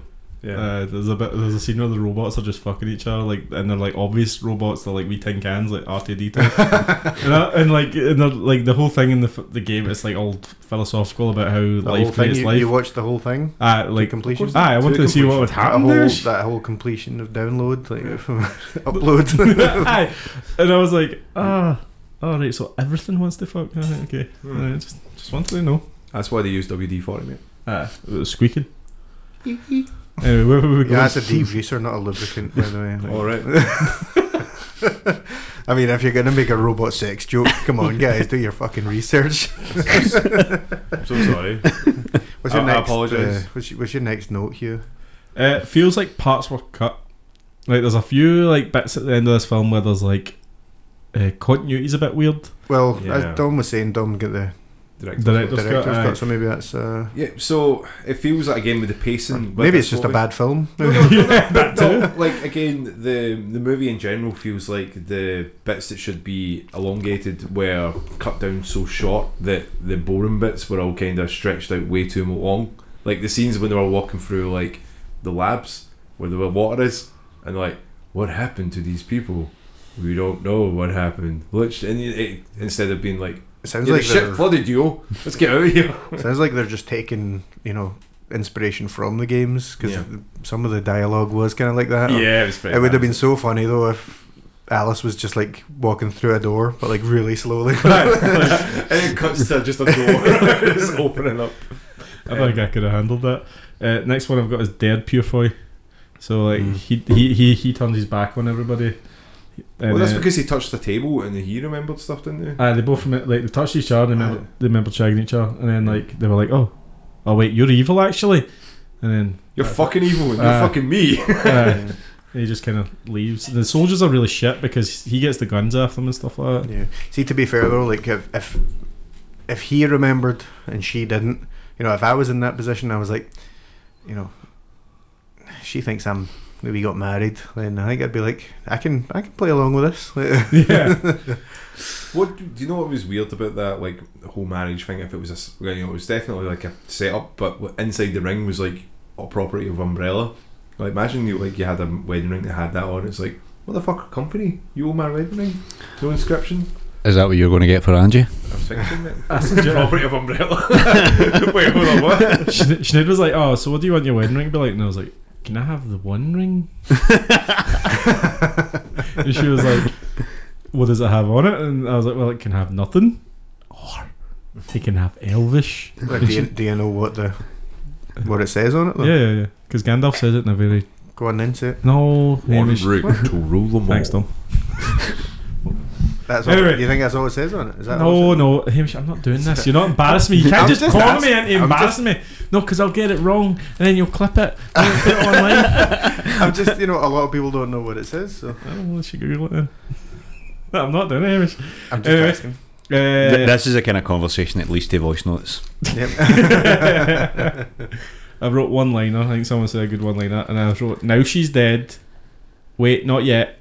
Speaker 5: Yeah.
Speaker 3: Uh, there's a bit. There's a scene where the robots are just fucking each other, like, and they're like obvious robots. They're like we tin cans, like R2D2, and, I- and like, and they're, like the whole thing in the f- the game, it's like all philosophical about how
Speaker 1: The whole
Speaker 3: life
Speaker 1: thing.
Speaker 3: creates
Speaker 1: you,
Speaker 3: life.
Speaker 1: you watched the whole thing.
Speaker 3: Ah, like
Speaker 1: completion.
Speaker 3: Ah, I wanted to see what would
Speaker 1: That
Speaker 3: happen
Speaker 1: whole,
Speaker 3: there.
Speaker 1: that whole completion of download, like upload.
Speaker 3: Aye. and I was like, ah, all right. So everything wants to fuck. All right, okay,
Speaker 5: Hmm.
Speaker 3: All right, just just wanted to know.
Speaker 5: That's why they use WD forty, mate.
Speaker 3: Ah, it was squeaking. anyway, where were we going?
Speaker 1: yeah, that's a defuser, not a lubricant, by the way. Like-
Speaker 5: All right.
Speaker 1: I mean, if you're gonna make a robot sex joke, come on, guys, do your fucking research.
Speaker 5: I'm so sorry.
Speaker 1: What's your
Speaker 5: I- I
Speaker 1: next?
Speaker 5: apologise.
Speaker 1: uh, what's, your, what's your next note, Hugh?
Speaker 3: Uh, It feels like parts were cut. Like there's a few like bits at the end of this film where there's like uh, continuity's a bit weird.
Speaker 1: Well,
Speaker 5: Yeah.
Speaker 1: as Dom was saying, Dom got the
Speaker 5: Director's
Speaker 3: Director's
Speaker 5: note.
Speaker 1: director's
Speaker 3: aye.
Speaker 1: cut, so maybe that's uh,
Speaker 5: Yeah, so it feels like again with the pacing. with
Speaker 1: maybe
Speaker 5: this
Speaker 1: it's just a
Speaker 5: movie-
Speaker 1: bad film.
Speaker 5: No, no, no,
Speaker 3: Yeah,
Speaker 5: no,
Speaker 3: that
Speaker 5: no, Like again, the the movie in general feels like the bits that should be elongated were cut down so short that the boring bits were all kind of stretched out way too long. Like the scenes when they were walking through like the labs where the water is, and like what happened to these people? We don't know what happened. Which and it, it, instead of being like
Speaker 1: It sounds
Speaker 5: yeah, the
Speaker 1: like
Speaker 5: shit
Speaker 1: they're,
Speaker 5: flooded you, let's get out of here.
Speaker 1: sounds like they're just taking you know inspiration from the games because
Speaker 5: Yeah.
Speaker 1: some of the dialogue was kind of like that.
Speaker 5: yeah, it was
Speaker 1: It would have been so funny though if Alice was just like walking through a door, but like really slowly.
Speaker 5: and it cuts to just a door it's opening up.
Speaker 3: I think I could have handled that. Uh, next one I've got is Dead Purefoy. So like
Speaker 5: Hmm.
Speaker 1: Mm.
Speaker 3: he, he he he turns his back on everybody. And,
Speaker 5: well, that's
Speaker 3: uh,
Speaker 5: because he touched the table and he remembered stuff, didn't he?
Speaker 3: Aye, they both remem- like they touched each other. They remember they remember shagging each other, and then like they were like, "Oh, oh wait, you're evil actually," and
Speaker 5: You're fucking evil and you're
Speaker 3: Uh,
Speaker 5: fucking me.
Speaker 3: then uh, he just kind of leaves. The soldiers are really shit because he gets the guns after them and stuff like that.
Speaker 1: Yeah. See, to be fair though, like if if if he remembered and she didn't, you know, if I was in that position, I was like, you know, she thinks I'm we got married, then I think I'd be like, I can I can play along with this.
Speaker 3: Yeah,
Speaker 5: What do you know? What was weird about that, like the whole marriage thing? If it was a, s- you know, it was definitely like a setup, but w- inside the ring was like a property of Umbrella. Like imagine you like you had a wedding ring that had that on. It's like what the fuck company? You owe my wedding ring? No inscription.
Speaker 2: Is that what you're going to get for Angie?
Speaker 5: I was thinking that
Speaker 3: That's a joke.
Speaker 5: property of Umbrella. Wait, hold on, what?
Speaker 3: Sinead Sinead was like, "Oh, so what do you want your wedding ring to be like?" And I was like, "Can I have the one ring?"
Speaker 2: Uh,
Speaker 3: and she was like, "What does it have on it?" And I was like, "Well, it can have nothing, or it can have Elvish."
Speaker 1: Like, do, you, do you know what the what it says on it? Though?
Speaker 3: Yeah, yeah, yeah. Because Gandalf says it in a very
Speaker 1: Go on into it.
Speaker 3: no Elvish.
Speaker 5: to rule them
Speaker 3: Thanks, Tom.
Speaker 1: That's all.
Speaker 3: Anyway.
Speaker 1: You think that's all it says on it? Is that
Speaker 3: No,
Speaker 1: all it
Speaker 3: no, Hamish, I'm not doing this. You're not embarrassing me. You can't
Speaker 1: I'm
Speaker 3: just,
Speaker 1: just
Speaker 3: call
Speaker 1: ask-
Speaker 3: me and
Speaker 1: I'm
Speaker 3: embarrass me. No, because I'll get it wrong, and then you'll clip it. And you'll put it online.
Speaker 1: says? I'm just you know a lot of people don't know what it says, so
Speaker 3: I don't know. Oh, She Google it. Then. I'm not doing it, Hamish.
Speaker 1: I'm just
Speaker 3: Anyway.
Speaker 1: asking.
Speaker 2: Th-
Speaker 3: Uh,
Speaker 2: this is a kind of conversation at least to voice notes.
Speaker 1: Yep.
Speaker 3: I wrote one liner. I think someone said a good one liner, and I wrote, "Now she's dead. Wait, not yet.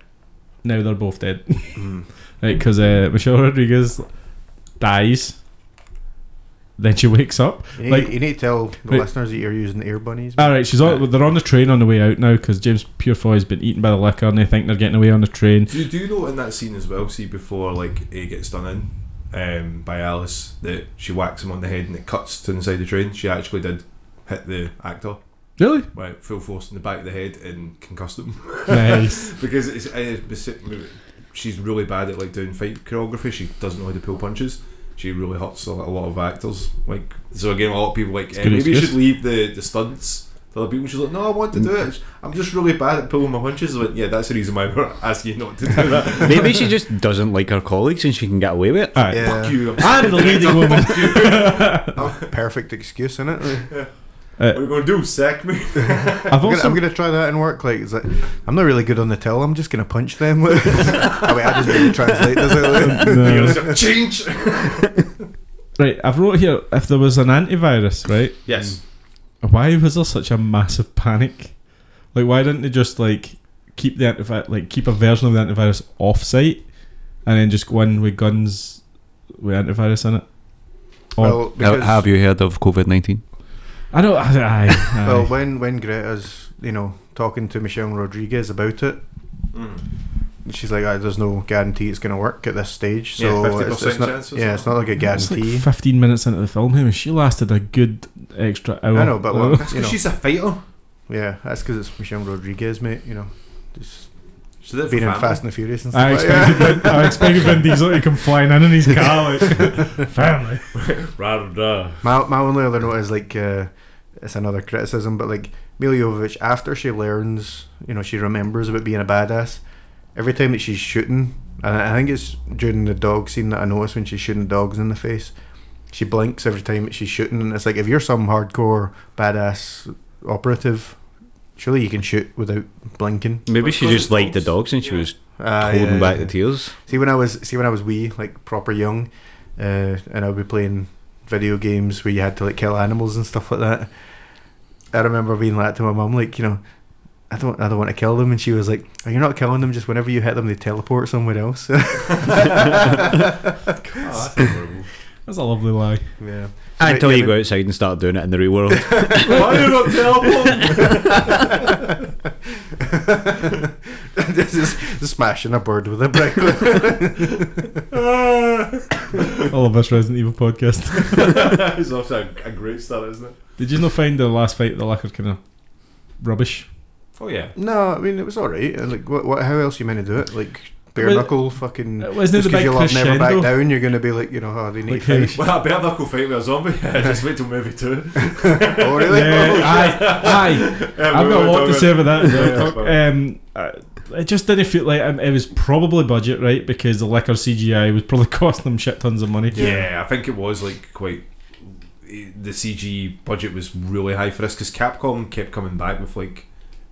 Speaker 3: Now they're both dead."
Speaker 1: Mm.
Speaker 3: Right, because uh, Michelle Rodriguez dies. Then she wakes up.
Speaker 1: You, need,
Speaker 3: Like-
Speaker 1: you need to tell the
Speaker 3: Wait. Uh,
Speaker 1: listeners that you're using the ear bunnies.
Speaker 3: All right, she's on. They're on the train on the way out now because James Purefoy's been eaten by the liquor, and they think they're getting away on the train.
Speaker 5: Do, do you know in that scene as well? See before like he gets done in um, by Alice that she whacks him on the head and it cuts to inside the train. She actually did hit the actor
Speaker 3: Really?
Speaker 5: by full force in the back of the head and concussed him
Speaker 3: nice.
Speaker 5: because it's, uh, it's she's really bad at like doing fight choreography. She doesn't know how to pull punches. She really hurts a lot, a lot of actors. Like so again, a lot of people like eh,
Speaker 3: good
Speaker 5: maybe you
Speaker 3: excuse.
Speaker 5: should leave the the stunts. to Other people, she's like, no, I want to do
Speaker 3: Mm.
Speaker 5: it. I'm just really bad at pulling my punches. I went, yeah, that's the reason why we're asking you not to do that.
Speaker 2: Maybe she just doesn't like her colleagues and she can get away with it.
Speaker 3: All right.
Speaker 1: Yeah.
Speaker 5: Fuck you.
Speaker 3: I'm the leading woman.
Speaker 1: Perfect excuse, isn't it?
Speaker 5: What are you going to do? Sack me?
Speaker 3: I've
Speaker 1: I'm gonna,
Speaker 3: also
Speaker 1: I'm gonna try that in work. Like, it's like, I'm not really good on the tell. I'm just gonna punch them. oh, wait, I just need to translate this. Out.
Speaker 3: No.
Speaker 5: Change.
Speaker 3: right. I've wrote here if there was an antivirus, right?
Speaker 5: Yes.
Speaker 3: Why was there such a massive panic? Like, why didn't they just like keep the antivirus, like keep a version of the antivirus off site, and then just go in with guns with antivirus in it? Or
Speaker 1: Well, because
Speaker 2: Have you heard of COVID 19?
Speaker 3: I know. Aye, aye.
Speaker 1: Well, when when Greta's you know talking to Michelle Rodriguez about it,
Speaker 3: Mm.
Speaker 1: she's like, "Ah, "There's no guarantee it's going to work at this stage."
Speaker 5: Yeah,
Speaker 1: So
Speaker 5: 50%
Speaker 1: it's, it's not,
Speaker 5: chance or
Speaker 1: yeah, it's not like a
Speaker 3: That's
Speaker 1: guarantee.
Speaker 3: like 15 minutes into the film, him, and she lasted a good extra hour.
Speaker 1: I know, but
Speaker 3: Uh,
Speaker 1: look,
Speaker 5: That's
Speaker 1: you
Speaker 5: 'cause
Speaker 1: know,
Speaker 5: she's a fighter.
Speaker 1: yeah, that's because it's Michelle Rodriguez, mate. You know, just
Speaker 5: She's there for
Speaker 1: being in
Speaker 5: family.
Speaker 1: Fast and the Furious and stuff.
Speaker 3: I
Speaker 1: like that.
Speaker 3: expected, Vin, I expected Vin Diesel to come flying in in his car, like, family.
Speaker 2: Rather
Speaker 1: My, my only other note is like uh, it's another criticism, but like Mila Jovovich, after she learns, you know, she remembers about being a badass. Every time that she's shooting, and I I think it's during the dog scene that I notice when she's shooting dogs in the face, she blinks every time that she's shooting, and it's like if you're some hardcore badass operative, surely you can shoot without blinking.
Speaker 2: Maybe she just liked the dogs and she
Speaker 5: Yeah.
Speaker 2: was
Speaker 1: Uh,
Speaker 2: holding back the tears.
Speaker 1: See when I was see when I was wee, like proper young, uh, and I would be playing video games where you had to like kill animals and stuff like that. I remember being like to my mum, like you know, I don't I don't want to kill them, and she was like, "Are you not killing them? Just whenever you hit them, they teleport somewhere else."
Speaker 5: Oh, that's horrible.
Speaker 3: That's a lovely lie.
Speaker 1: yeah.
Speaker 2: Until
Speaker 1: yeah,
Speaker 2: you
Speaker 1: but-
Speaker 2: go outside and start doing it in the real world.
Speaker 5: Why you not teleport?
Speaker 1: this is smashing a bird with a brick.
Speaker 3: All of us Resident Evil podcast.
Speaker 5: it's off to a, a great start, isn't it?
Speaker 3: Did you not find the last fight the lacquer kind of rubbish?
Speaker 5: Oh yeah.
Speaker 1: No, I mean it was alright. and, Like, what, what? How else you meant to do it? Like bare
Speaker 3: Well,
Speaker 1: knuckle, fucking.
Speaker 3: It wasn't
Speaker 1: Just
Speaker 3: the
Speaker 1: because
Speaker 3: big
Speaker 1: you love never back
Speaker 3: crescendo.
Speaker 1: down, you're going to be like, you know, oh, they need
Speaker 3: Like
Speaker 1: to
Speaker 3: who?
Speaker 1: fight.
Speaker 5: Well, a bare knuckle fight with a zombie. Just wait till movie two.
Speaker 1: oh, really?
Speaker 3: Yeah, aye, aye. I've got a lot to say about that.
Speaker 5: Yeah,
Speaker 3: Doc.
Speaker 5: yeah.
Speaker 3: um, uh, it just didn't feel like um, it was probably budget, right? Because the liquor CGI was probably costing them shit tons of money.
Speaker 5: Yeah, I think it was like quite. The CG budget was really high for this because Capcom kept coming back with like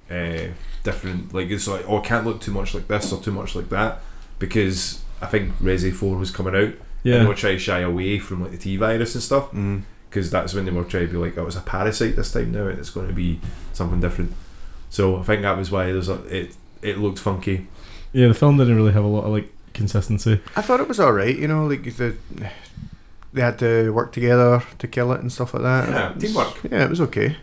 Speaker 5: uh, different, like it's like oh, it can't look too much like this or too much like that because I think Resi Four was coming out and they
Speaker 3: yeah.
Speaker 5: were trying to shy away from like the T virus and stuff
Speaker 1: Mm.
Speaker 5: because that's when they were trying to be like oh, it's a parasite this time now and it's going to be something different. So I think that was why there's a, it it looked funky.
Speaker 3: Yeah, the film didn't really have a lot of like consistency.
Speaker 1: I thought it was all right, you know, like the, they had to work together to kill it and stuff like that.
Speaker 5: Yeah, teamwork.
Speaker 1: Yeah, it was okay.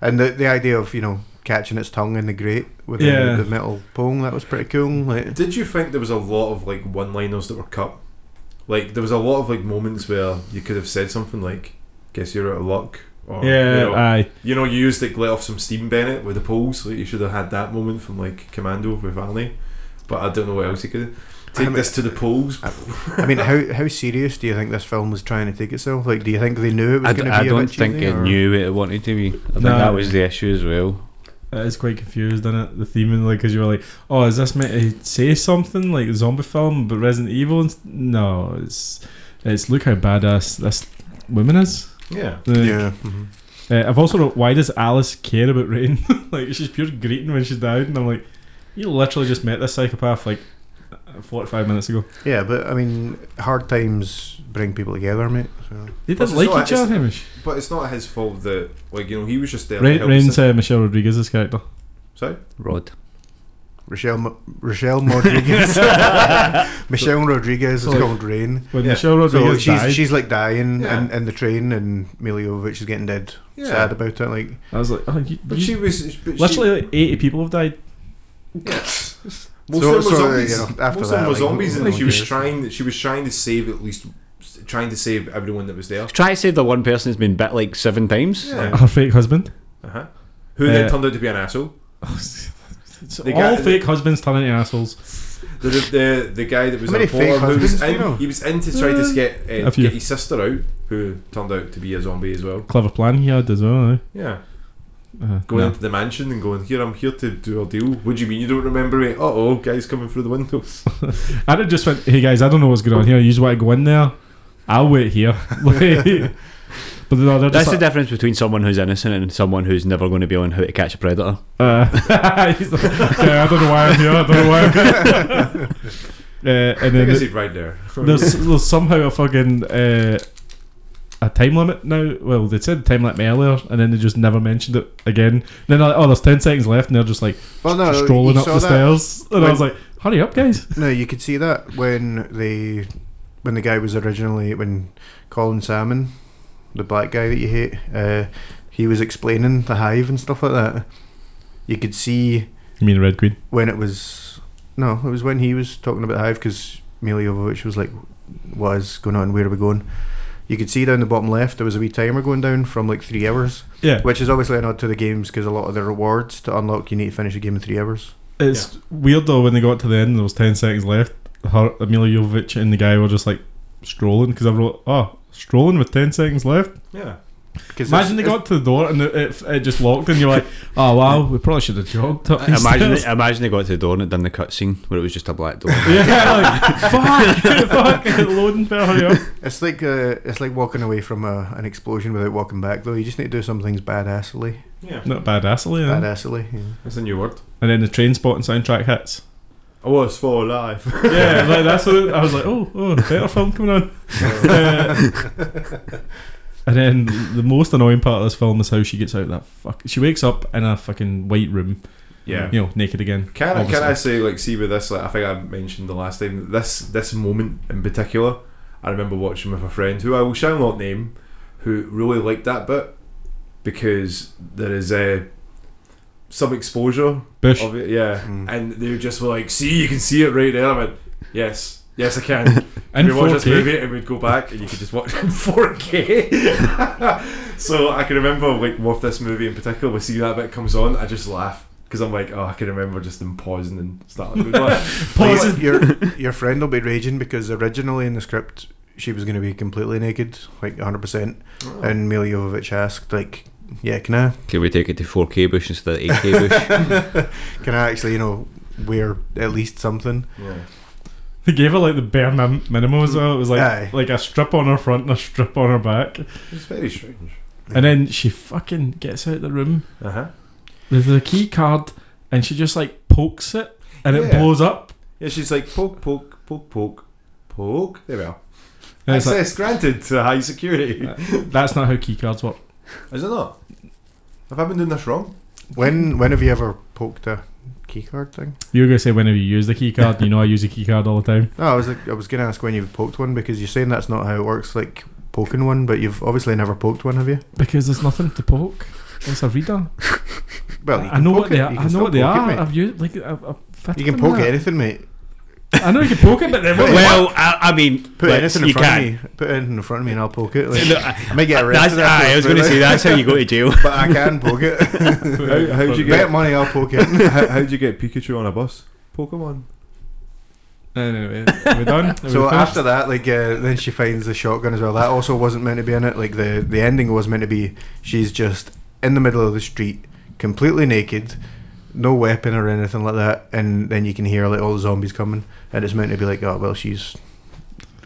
Speaker 1: And the, the idea of, you know, catching its tongue in the grate with the-
Speaker 3: Yeah.
Speaker 1: the, metal pong, that was pretty cool. Like,
Speaker 5: Did you think there was a lot of like one-liners that were cut? Like there was a lot of like moments where you could have said something like, "Guess you're out of luck." Or,
Speaker 3: yeah,
Speaker 5: you know,
Speaker 3: aye.
Speaker 5: you know, you used like let off some steam, Bennett, with the poles. Like you should have had that moment from like Commando with Arnie. But I don't know what else you could take
Speaker 1: mean-
Speaker 5: this to the poles.
Speaker 1: I mean, how how serious do you think this film was trying to take itself? Like, do you think they knew it was
Speaker 2: I, d-
Speaker 1: going to be
Speaker 2: I
Speaker 1: a
Speaker 2: don't
Speaker 1: bit cheesy,
Speaker 2: think it
Speaker 1: or-
Speaker 2: knew it wanted to be. I think
Speaker 3: No.
Speaker 2: that was the issue as well.
Speaker 3: It is quite confused, isn't it? The theming, like, because you were like, oh, is this meant to say something like zombie film, but Resident Evil? And s- no, it's it's look how badass this woman is.
Speaker 5: Yeah,
Speaker 3: Like,
Speaker 1: Yeah. mhm.
Speaker 3: Uh, I've also wrote, why does Alice care about Rain? like, she's pure greeting when she died, and I'm like, you literally just met this psychopath like uh, 45 minutes ago.
Speaker 1: Yeah, but I mean, hard times bring people together, mate. So.
Speaker 3: They
Speaker 5: Well,
Speaker 3: didn't
Speaker 5: it's
Speaker 3: like
Speaker 5: not-
Speaker 3: each other, Hamish.
Speaker 5: but it's not his fault that like you know he was just there. to
Speaker 3: Rain,
Speaker 5: help
Speaker 3: Rain's
Speaker 5: us-
Speaker 3: uh, Michelle Rodriguez's character.
Speaker 5: Sorry,
Speaker 2: Rod.
Speaker 1: Rochelle, Mo- Rochelle Rodriguez. Michelle Rodriguez is
Speaker 3: Sorry.
Speaker 1: called Rain.
Speaker 3: When
Speaker 5: Yeah.
Speaker 3: Michelle
Speaker 1: So
Speaker 3: Rodriguez
Speaker 1: she's
Speaker 3: died,
Speaker 1: she's like dying
Speaker 5: Yeah.
Speaker 1: in, in the train, and Miljovic is getting dead.
Speaker 5: yeah.
Speaker 1: Sad about it. Like
Speaker 3: I was like, oh, you,
Speaker 5: But
Speaker 3: you-
Speaker 5: she was but she-
Speaker 3: literally like 80 people have died.
Speaker 5: Yes.
Speaker 1: So-
Speaker 5: Most of them were
Speaker 1: so,
Speaker 5: zombies.
Speaker 1: you know, after
Speaker 5: Most of them
Speaker 1: that,
Speaker 5: were
Speaker 1: like,
Speaker 5: zombies,
Speaker 1: no
Speaker 5: and she was
Speaker 1: cares.
Speaker 5: trying. She was trying to save at least, trying to save everyone that was there.
Speaker 2: Try to save the one person who's been bit like seven times.
Speaker 5: Yeah.
Speaker 3: Her fake husband.
Speaker 5: Uh-huh. Who then
Speaker 3: Uh,
Speaker 5: turned out to be an asshole.
Speaker 3: So
Speaker 5: The guy-
Speaker 3: all fake husbands turn into assholes.
Speaker 5: The the, the, the guy that was
Speaker 1: How
Speaker 5: a
Speaker 1: many fake
Speaker 5: who was
Speaker 1: husbands do you
Speaker 5: in,
Speaker 1: know? Mm.
Speaker 5: he was in to try to get uh,
Speaker 3: a few.
Speaker 5: get his sister out, who turned out to be a zombie as well.
Speaker 3: Clever plan he had as well. Eh?
Speaker 5: Yeah,
Speaker 3: Uh,
Speaker 5: going
Speaker 3: no.
Speaker 5: into the mansion and going here. I'm here to do a deal. What do you mean you don't remember me? Uh oh, guys coming through the windows.
Speaker 3: I'd have just went, hey guys, I don't know what's going on here. You just want to go in there? I'll wait here. Like- but no, they're
Speaker 2: That's
Speaker 3: just
Speaker 2: the
Speaker 3: like,
Speaker 2: difference between someone who's innocent and someone who's never going to be on how to catch a predator.
Speaker 3: uh, he's like, yeah, I don't know why I'm here. I don't know why I'm here. uh, and
Speaker 5: I
Speaker 3: then
Speaker 5: guess
Speaker 3: th-
Speaker 5: he'd right there.
Speaker 3: there's, there's somehow a fucking uh, a time limit now. Well, they said time limit earlier, and then they just never mentioned it again. then they're like, oh, there's 10 seconds left, and they're just like
Speaker 1: well, no,
Speaker 3: strolling
Speaker 1: you
Speaker 3: up
Speaker 1: saw
Speaker 3: the
Speaker 1: that.
Speaker 3: stairs. And I
Speaker 1: When-
Speaker 3: was like, hurry up, guys.
Speaker 1: No, you could see that when they when the guy was originally when Colin Salmon, the black guy that you hate, uh, he was explaining the hive and stuff like that, you could see
Speaker 3: You mean Red Queen?
Speaker 1: when it was no, it was when he was talking about the hive because Mila Jovovich was like, "What is going on? Where are we going?" You could see down the bottom left there was a wee timer going down from like three hours,
Speaker 3: Yeah.
Speaker 1: which is obviously an nod to the games because a lot of the rewards to unlock you need to finish a game in three hours.
Speaker 3: It's weird though when they got to the end, there was ten seconds left. Her Amelia Jovovich and the guy were just like strolling because I wrote, oh, strolling with ten seconds left.
Speaker 5: Yeah.
Speaker 1: Because
Speaker 3: Imagine they got to the door and it, it, it just locked, and you're like, oh wow, we probably should have jogged. Up these
Speaker 2: Uh, Imagine,
Speaker 3: stairs."
Speaker 2: imagine they got to the door and had done the cutscene where it was just a black door.
Speaker 3: yeah, like, fuck, fuck, loading, better hurry up.
Speaker 1: It's like uh, it's like walking away from a, an explosion without walking back though. You just need to do some things badassery,
Speaker 5: Yeah.
Speaker 3: Not badassery, yeah.
Speaker 1: badassery. Yeah.
Speaker 5: That's a new word.
Speaker 3: And then the train spotting soundtrack hits.
Speaker 5: I was for life.
Speaker 3: Yeah, like that's what it- I was like. Oh, oh, better film coming on. Uh, and then the most annoying part of this film is how she gets out of that fuck. She wakes up in a fucking white room.
Speaker 5: Yeah.
Speaker 3: you know, naked again.
Speaker 5: Can I, can I
Speaker 3: obviously.
Speaker 5: say like see with this like I think I mentioned the last time that this this moment in particular I remember watching with a friend who I will shall not name who really liked that bit because there is uh, some exposure
Speaker 3: Bush?
Speaker 5: of it yeah
Speaker 1: Mm.
Speaker 5: and they just were like see you can see it right there I went yes yes I can
Speaker 3: In
Speaker 5: we watch this
Speaker 3: 4K.
Speaker 5: movie and we'd go back and you could just watch it in 4K so I can remember like with this movie in particular we see that bit comes on I just laugh because I'm like oh I can remember just them pausing and starting to laugh
Speaker 1: Like, your your friend will be raging because originally in the script she was going to be completely naked, like 100. percent And Mila Jovovich asked, like, "Yeah, can I
Speaker 2: Can we take it to 4K bush instead of 8K bush?
Speaker 1: can I actually you know wear at least something?"
Speaker 5: yeah.
Speaker 3: They gave her like the bare min- minimum as well. It was like
Speaker 1: Aye.
Speaker 3: like a strip on her front and a strip on her back.
Speaker 5: it's very strange
Speaker 3: And then she fucking gets out of the room
Speaker 5: uh-huh
Speaker 3: with a key card, and she just like pokes it, and it
Speaker 5: Yeah.
Speaker 3: blows up.
Speaker 5: yeah she's like poke poke poke poke poke there we are
Speaker 3: And it's like,
Speaker 5: access granted to high security
Speaker 3: that's not how key cards work.
Speaker 5: is it not have I been doing this wrong
Speaker 1: When when have you ever poked a keycard thing?
Speaker 3: You were gonna say whenever you use the key card, you know I use a key card all the time.
Speaker 1: No, I was like, I was going to ask when you've poked one because you're saying that's not how it works, like poking one. But you've obviously never poked one, have you?
Speaker 3: Because there's nothing to poke. It's a reader.
Speaker 1: Well, you
Speaker 3: I
Speaker 1: can
Speaker 3: know
Speaker 1: poke
Speaker 3: what they
Speaker 1: it.
Speaker 3: are.
Speaker 1: You can
Speaker 3: I know
Speaker 1: still
Speaker 3: what they
Speaker 1: poke it,
Speaker 3: are.
Speaker 1: mate.
Speaker 3: I've used like I've, I've fitted
Speaker 1: You can
Speaker 3: them
Speaker 1: poke
Speaker 3: there.
Speaker 1: anything, mate.
Speaker 3: I know you can poke it, but then what?
Speaker 2: well, I, I mean,
Speaker 1: Put
Speaker 2: let's-
Speaker 1: anything in
Speaker 2: you
Speaker 1: front
Speaker 2: can.
Speaker 1: of me. Put anything in front of me, and I'll poke it. Like,
Speaker 2: No,
Speaker 1: I might get
Speaker 2: That's,
Speaker 1: arrested. after
Speaker 2: aye, I
Speaker 1: this,
Speaker 2: was going to
Speaker 1: but-
Speaker 2: say that's how you go to jail.
Speaker 1: but I can poke it.
Speaker 5: how, how'd you
Speaker 1: Bet
Speaker 5: get
Speaker 1: money, I'll poke it.
Speaker 5: how, how'd you get Pikachu on a bus Pokemon
Speaker 3: Anyway, we're done. Are we
Speaker 1: So
Speaker 3: finished?
Speaker 1: after that, like, uh, then she finds the shotgun as well. That also wasn't meant to be in it. Like the the ending was meant to be she's just in the middle of the street, completely naked, no weapon or anything like that, and then you can hear like all the zombies coming, and it's meant to be like, oh well, she's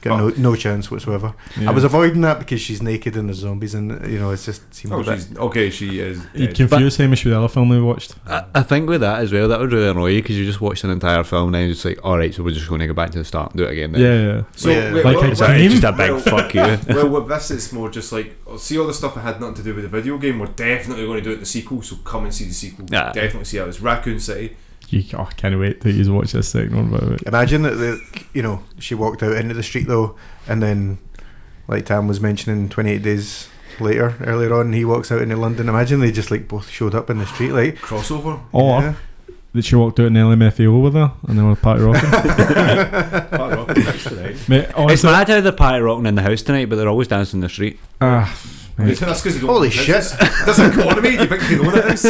Speaker 1: got no no chance whatsoever.
Speaker 3: Yeah.
Speaker 1: I was avoiding that because she's naked and there's zombies, and you know it's just seemed
Speaker 5: oh
Speaker 1: a bit.
Speaker 5: she's okay she is
Speaker 3: You
Speaker 5: dead.
Speaker 3: confused Hamish with the other film we watched.
Speaker 2: I, I think with that as well, that would really annoy you because you just watched an entire film and then it's like, all right, so we're just going to go back to the start and do it again. Then.
Speaker 3: Yeah, yeah.
Speaker 5: So
Speaker 1: Yeah.
Speaker 5: wait,
Speaker 3: Like
Speaker 5: what-
Speaker 3: it's
Speaker 2: So
Speaker 3: Name?
Speaker 2: it's just a big
Speaker 5: Well-
Speaker 2: fuck you.
Speaker 5: well, with this, it's more just like oh, see all the stuff that had nothing to do with the video game. We're definitely going to do it in the sequel, so come and see the sequel.
Speaker 2: Yeah.
Speaker 5: Definitely see how it's Raccoon City.
Speaker 3: You, oh, I can't wait to you watch this second one. By the way,
Speaker 1: Imagine that the you know she walked out into the street though, and then like Tam was mentioning, twenty eight days later, earlier on, he walks out into London. Imagine they just like both showed up in the street, like
Speaker 5: Crossover.
Speaker 3: or
Speaker 1: yeah.
Speaker 3: that she walked out in LMFAO with her, and they were party rocking.
Speaker 5: Far off, that's right.
Speaker 3: Mate,
Speaker 2: It's
Speaker 3: honestly,
Speaker 2: mad how they're party rocking in the house tonight, but they're always dancing in the street.
Speaker 3: ah,
Speaker 5: That's
Speaker 3: mate.
Speaker 5: 'cause you don't-
Speaker 1: Holy
Speaker 5: that's-
Speaker 1: shit!
Speaker 5: That's economy. You think you know what it is?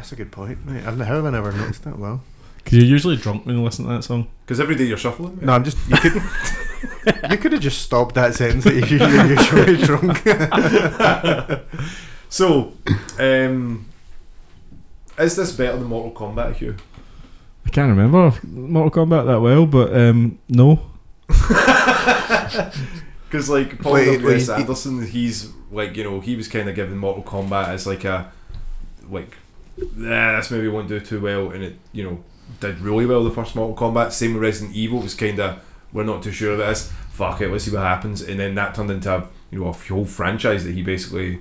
Speaker 1: That's a good point. Mate. I've, how have I never noticed that? Well,
Speaker 3: 'Cause you're usually drunk when you listen to that song.
Speaker 5: Because every day you're shuffling. mate.
Speaker 1: no, I'm just you could you could have just stopped that sentence that you usually usually drunk.
Speaker 5: So, um, is this better than Mortal Kombat, Hugh?
Speaker 3: I can't remember Mortal Kombat that well, but um, no.
Speaker 5: Because like Paul
Speaker 1: Wait,
Speaker 5: W S
Speaker 1: wait, he-
Speaker 5: Anderson, he's like you know he was kind of given Mortal Kombat as like a like nah, this movie won't do too well, and it you know did really well the first Mortal Kombat. Same with Resident Evil was kind of we're not too sure of this. Fuck it, let's see what happens, and then that turned into you know a whole franchise that he basically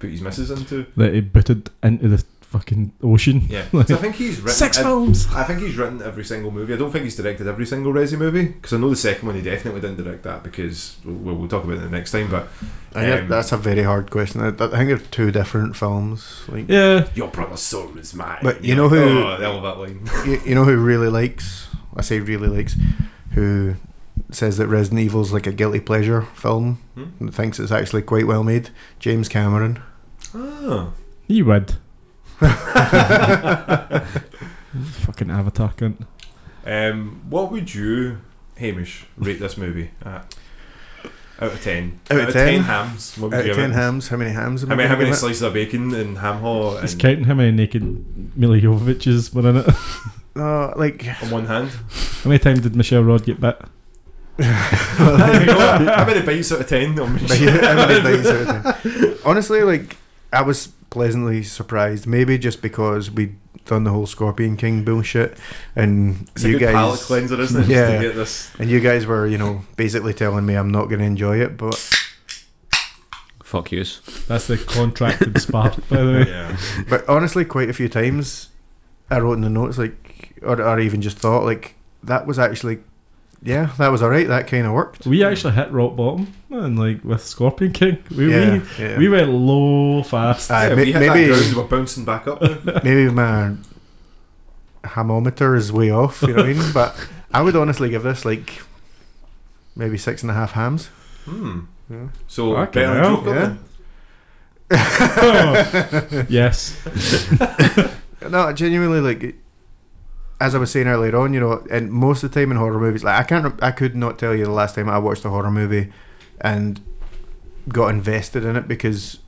Speaker 5: put his misses into.
Speaker 3: That he booted into the fucking ocean.
Speaker 5: Yeah, so I think he's written.
Speaker 3: Six
Speaker 5: I,
Speaker 3: films.
Speaker 5: I think he's written every single movie. I don't think he's directed every single Resi movie because I know the second one he definitely didn't direct that because we'll, we'll talk about it the next time. But
Speaker 1: I get-
Speaker 5: Um,
Speaker 1: that's a very hard question. I, I think they're two different films. Like
Speaker 3: Yeah,
Speaker 5: your brother's soul is mine.
Speaker 1: But you
Speaker 5: You're
Speaker 1: know
Speaker 5: like,
Speaker 1: who-
Speaker 5: Oh, I love that line.
Speaker 1: you, you know who really likes? I say really likes. Who says that Resident Evil's like a guilty pleasure film
Speaker 5: Hmm?
Speaker 1: and thinks it's actually quite well made? James Cameron.
Speaker 5: Oh,
Speaker 3: you would.
Speaker 5: Ah.
Speaker 3: fucking Avatar cunt.
Speaker 5: um, what would you, Hamish, rate this movie at? Out of ten.
Speaker 1: Out of 10?
Speaker 5: hams. What would
Speaker 1: Out
Speaker 5: you
Speaker 1: of
Speaker 5: give
Speaker 1: Uh, ten
Speaker 5: it?
Speaker 1: hams, how many hams? Am
Speaker 5: How
Speaker 1: I
Speaker 5: many, how
Speaker 1: gonna
Speaker 5: many
Speaker 1: give it?
Speaker 5: slices of bacon and ham haw
Speaker 3: He's
Speaker 5: and-
Speaker 3: counting how many naked Mila Jovoviches were in it.
Speaker 1: No, Uh, like
Speaker 5: on one hand?
Speaker 3: How many times did Michelle Rod get bit?
Speaker 5: There we go. how many bites out of ten? on
Speaker 1: But
Speaker 5: Michelle?
Speaker 1: yeah, everybody thinks everything. Honestly, like I was pleasantly surprised. Maybe just because we'd done the whole Scorpion King bullshit, and
Speaker 5: It's a
Speaker 1: you
Speaker 5: good palate
Speaker 1: guys
Speaker 5: cleanser, isn't it? Just
Speaker 1: Yeah.
Speaker 5: to get this
Speaker 1: and you guys were, you know, basically telling me I'm not going to enjoy it. But
Speaker 2: Fuck yous.
Speaker 3: That's the contracted spark, by the way.
Speaker 5: yeah.
Speaker 1: but honestly, quite a few times I wrote in the notes like, or, or even just thought like that was actually, yeah, that was all right. That kind of worked.
Speaker 3: We actually hit rock bottom, and like with Scorpion King, we
Speaker 1: yeah,
Speaker 3: we,
Speaker 1: yeah.
Speaker 3: we went low fast.
Speaker 1: Aye,
Speaker 5: yeah,
Speaker 1: ma-
Speaker 5: we hit
Speaker 1: maybe-
Speaker 5: that ground, we're bouncing back up.
Speaker 1: maybe my hamometer is way off, you know what I mean? But I would honestly give this like maybe six and a half hams.
Speaker 5: Hmm.
Speaker 1: Yeah.
Speaker 5: So
Speaker 3: Fucking
Speaker 5: better than
Speaker 3: hell,
Speaker 5: Joker.
Speaker 1: yeah.
Speaker 5: then?
Speaker 3: Oh. yes,
Speaker 1: No, genuinely, like as I was saying earlier on, you know, and most of the time in horror movies, like I can't, rem- I could not tell you the last time I watched a horror movie and got invested in it because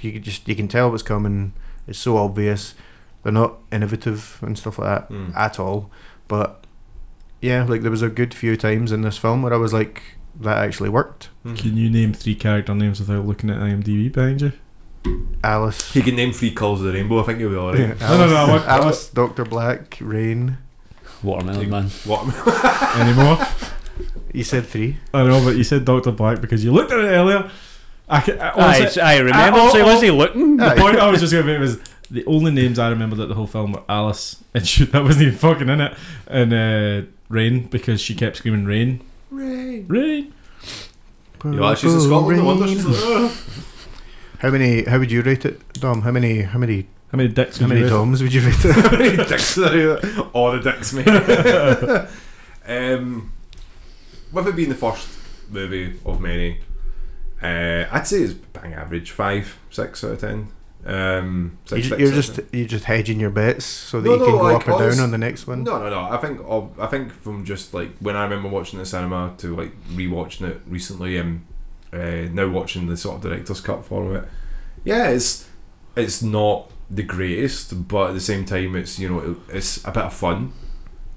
Speaker 1: you could just you can tell what's coming. It's so obvious. They're not innovative and stuff like that.
Speaker 5: Hmm.
Speaker 1: at all. But yeah, like there was a good few times in this film where I was like, that actually worked.
Speaker 5: Hmm.
Speaker 3: Can you name three character names without looking at IMDb behind you?
Speaker 1: Alice.
Speaker 5: He can name three colours of the rainbow. I think he'll be alright.
Speaker 1: Yeah,
Speaker 3: No, no, no, I want- I
Speaker 1: Alice, Doctor Black, Rain.
Speaker 2: Watermelon man.
Speaker 5: What?
Speaker 3: Anymore?
Speaker 1: You said three.
Speaker 3: I know, but you said Doctor Black because you looked at it earlier. I, can, I,
Speaker 2: I,
Speaker 3: honestly,
Speaker 2: I remember.
Speaker 3: I- oh,
Speaker 2: so was
Speaker 3: oh.
Speaker 2: he looking?
Speaker 1: Aye.
Speaker 3: the point I was just going to make was the only names I remembered at the whole film were Alice and shoot that wasn't even fucking in it, and uh, Rain because she kept screaming Rain, Rain.
Speaker 5: You
Speaker 1: Mm,
Speaker 5: are, she's in Scotland. No wonder she's like, "Ugh."
Speaker 1: How many? How would you rate it, Dom? How many? How many?
Speaker 3: How many dicks?
Speaker 1: How
Speaker 3: would
Speaker 1: many
Speaker 3: you rate?
Speaker 1: Doms would you rate it?
Speaker 5: How many dicks are there? All the dicks, mate. um, with it being the first movie of many, uh, I'd say it's bang average five, six out of ten. Um, six,
Speaker 1: You ju-
Speaker 5: six
Speaker 1: You're
Speaker 5: out of
Speaker 1: just you're just hedging your bets so that
Speaker 5: No,
Speaker 1: you can
Speaker 5: no,
Speaker 1: go
Speaker 5: like,
Speaker 1: up or down
Speaker 5: honest-
Speaker 1: on the next one.
Speaker 5: No, no, no. I think of- I think from just like when I remember watching the cinema to like rewatching it recently and uh, now watching the sort of director's cut form of it. Yeah, it's it's not the greatest, but at the same time, it's you know it's a bit of fun.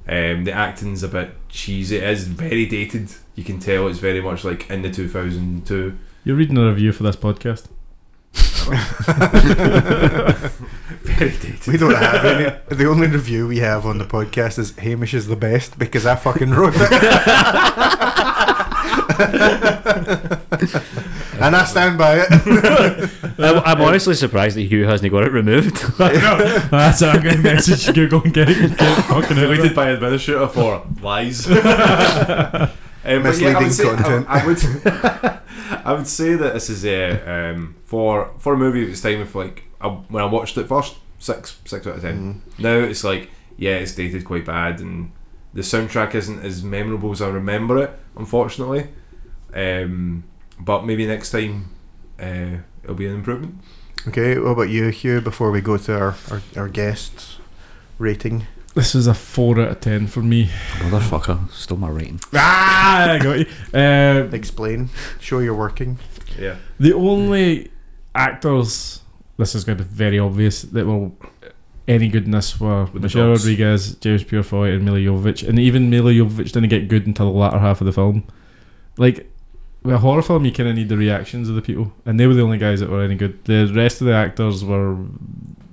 Speaker 5: Um, the acting's a bit cheesy. It is very dated. You can tell it's very much like in the two thousand two.
Speaker 3: You're reading a review for this podcast.
Speaker 5: Very dated.
Speaker 1: We don't have any. The only review we have on the podcast is Hamish is the best because I fucking wrote it. and I stand by it.
Speaker 3: Uh,
Speaker 2: I'm, I'm honestly surprised that Hugh hasn't got it removed.
Speaker 3: That's it. I'm going to message Google and get it. Get it fucking out.
Speaker 5: Deleted by administrator for lies. Um, but
Speaker 1: Misleading
Speaker 5: I would say, I-
Speaker 1: content.
Speaker 5: I, would, I would say that this is a um, for for a movie of its time. If like I, when I watched it first, six six out of ten.
Speaker 1: Mm.
Speaker 5: Now it's like yeah, it's dated quite bad, and the soundtrack isn't as memorable as I remember it, unfortunately. Um, but maybe next time uh, it'll be an improvement.
Speaker 1: Okay, what about you, Hugh, before we go to our, our, our guests rating?
Speaker 3: This was a four out of ten for me.
Speaker 2: Motherfucker, stole my rating.
Speaker 3: Ah, I got you. Uh,
Speaker 1: Explain. Show you're working.
Speaker 5: Yeah,
Speaker 3: The only actors, this is going to be very obvious, that were any good in this were
Speaker 5: With the
Speaker 3: Michelle
Speaker 5: dogs.
Speaker 3: Rodriguez, James Purefoy, and Mila Jovovich. And even Mila Jovovich didn't get good until the latter half of the film. Like, with a horror film, you kind of need the reactions of the people, and they were the only guys that were any good. The rest of the actors were,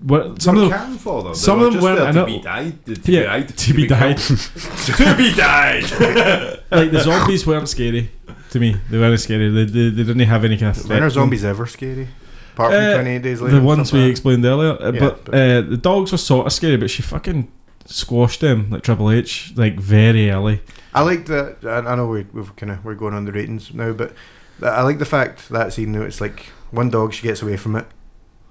Speaker 3: were some of them
Speaker 5: can for them.
Speaker 3: some
Speaker 5: They were
Speaker 3: of them
Speaker 5: just
Speaker 3: weren't-
Speaker 5: there
Speaker 3: I
Speaker 5: to
Speaker 3: know-
Speaker 5: be died. To
Speaker 3: Yeah,
Speaker 5: be died.
Speaker 3: to be died.
Speaker 5: killed. to be died.
Speaker 3: like the zombies weren't scary to me. They weren't scary. They, they, they didn't have any kind of
Speaker 1: When are
Speaker 3: threat.
Speaker 1: zombies ever scary? Apart from
Speaker 3: Uh,
Speaker 1: 28 days later.
Speaker 3: the ones we
Speaker 1: something like
Speaker 3: explained earlier. Uh,
Speaker 1: Yeah,
Speaker 3: but
Speaker 1: but-
Speaker 3: uh, the dogs were sort of scary, but she fucking squashed them like Triple H, like very early.
Speaker 1: that. I like that. I I know we, we've kind of we're going on the ratings now, but th- I like the fact that scene though it's like one dog she gets away from it,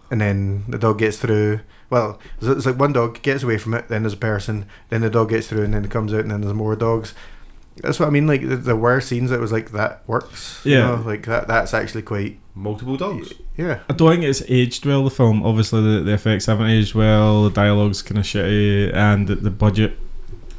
Speaker 1: and then the dog gets through. Well, it's it's like one dog gets away from it, then there's a person, then the dog gets through, and then it comes out, and then there's more dogs. That's what I mean. Like th- there were scenes that was like that works. you
Speaker 3: Yeah.
Speaker 1: know, like that. That's actually quite.
Speaker 5: Multiple dogs.
Speaker 1: Yeah.
Speaker 3: I don't think it's aged well. The film, obviously, the, the effects haven't aged well. The dialogue's kind of shitty, and the, the budget.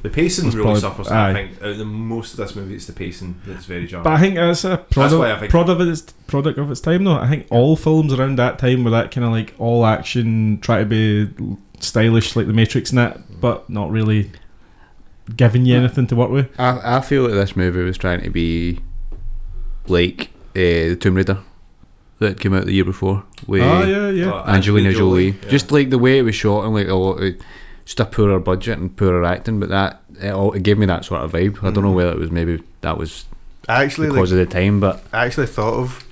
Speaker 5: The pacing
Speaker 3: It's
Speaker 5: really
Speaker 3: probably-
Speaker 5: suffers.
Speaker 3: aye.
Speaker 5: I think out of the most of this movie, it's the pacing that's very jarring.
Speaker 3: But I think it's a
Speaker 5: Oh. That's why I
Speaker 3: product,
Speaker 5: think-
Speaker 3: product of its product of its time. Though I think all films around that time were that kind of like all action, try to be l- stylish like The Matrix and that, but not really giving you anything to work with.
Speaker 2: I, I feel that this movie was trying to be like uh, the Tomb Raider that came out the year before with
Speaker 3: Oh yeah, yeah.
Speaker 5: But
Speaker 2: Angelina Jolie.
Speaker 5: yeah.
Speaker 2: Just like the way it was shot and like a lot, it, just a poorer budget and poorer acting, but that it, all, it gave me that sort of vibe. I don't know
Speaker 1: Mhm.
Speaker 2: whether it was maybe that was
Speaker 1: I actually like,
Speaker 2: because of the time, but
Speaker 1: I actually thought of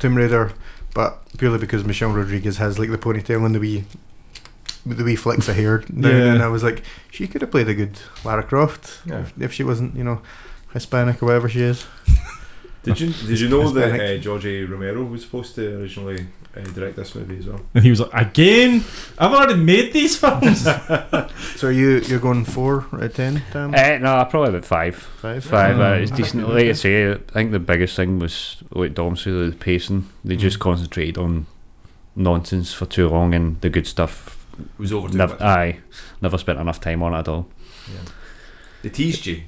Speaker 1: Tomb Raider, but purely because Michelle Rodriguez has like the ponytail and the wee, with the wee flicks of hair down,
Speaker 3: Yeah.
Speaker 1: and I was like, she could have played a good Lara Croft
Speaker 5: Yeah.
Speaker 1: if she wasn't, you know, Hispanic or whatever she is.
Speaker 5: Did you did you know that uh,
Speaker 1: Hispanic.
Speaker 5: George A. Romero was supposed to originally uh, direct this movie as well?
Speaker 3: And he was like, again, I've already made these films.
Speaker 1: So are you you're going four out of ten, Dan?
Speaker 2: uh, no, probably about five.
Speaker 1: Five.
Speaker 2: Five, uh,
Speaker 3: Oh,
Speaker 2: it's
Speaker 1: um, Ah, I
Speaker 2: decent.
Speaker 1: think it
Speaker 2: Like I
Speaker 1: was
Speaker 2: say, I think the biggest thing was like Dom said, the pacing. They just
Speaker 1: Mhm.
Speaker 2: concentrated on nonsense for too long, and the good stuff.
Speaker 5: It was over too
Speaker 2: Never,
Speaker 5: much.
Speaker 2: aye, never spent enough time on it at all.
Speaker 5: Yeah. They teased you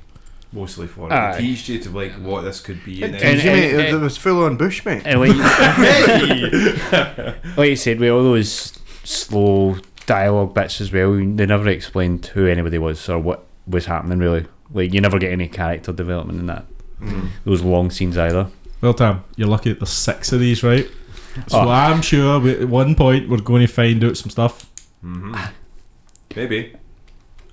Speaker 5: mostly for it.
Speaker 2: Aye.
Speaker 5: They teased you to like what this could be.
Speaker 1: And,
Speaker 5: And,
Speaker 2: And-
Speaker 1: you,
Speaker 2: and-
Speaker 1: mate, it
Speaker 2: and- Eh,
Speaker 1: was full on bush, mate.
Speaker 2: And like,
Speaker 5: then,
Speaker 2: like you said, with all those slow dialogue bits as well, they never explained who anybody was or what was happening really. Like you never get any character development in that
Speaker 5: Mm.
Speaker 2: those long scenes either.
Speaker 3: well, Tam, you're lucky that there's six of these, right? So
Speaker 2: Oh.
Speaker 3: I'm sure we, at one point we're going to find out some stuff.
Speaker 5: Mhm. Maybe.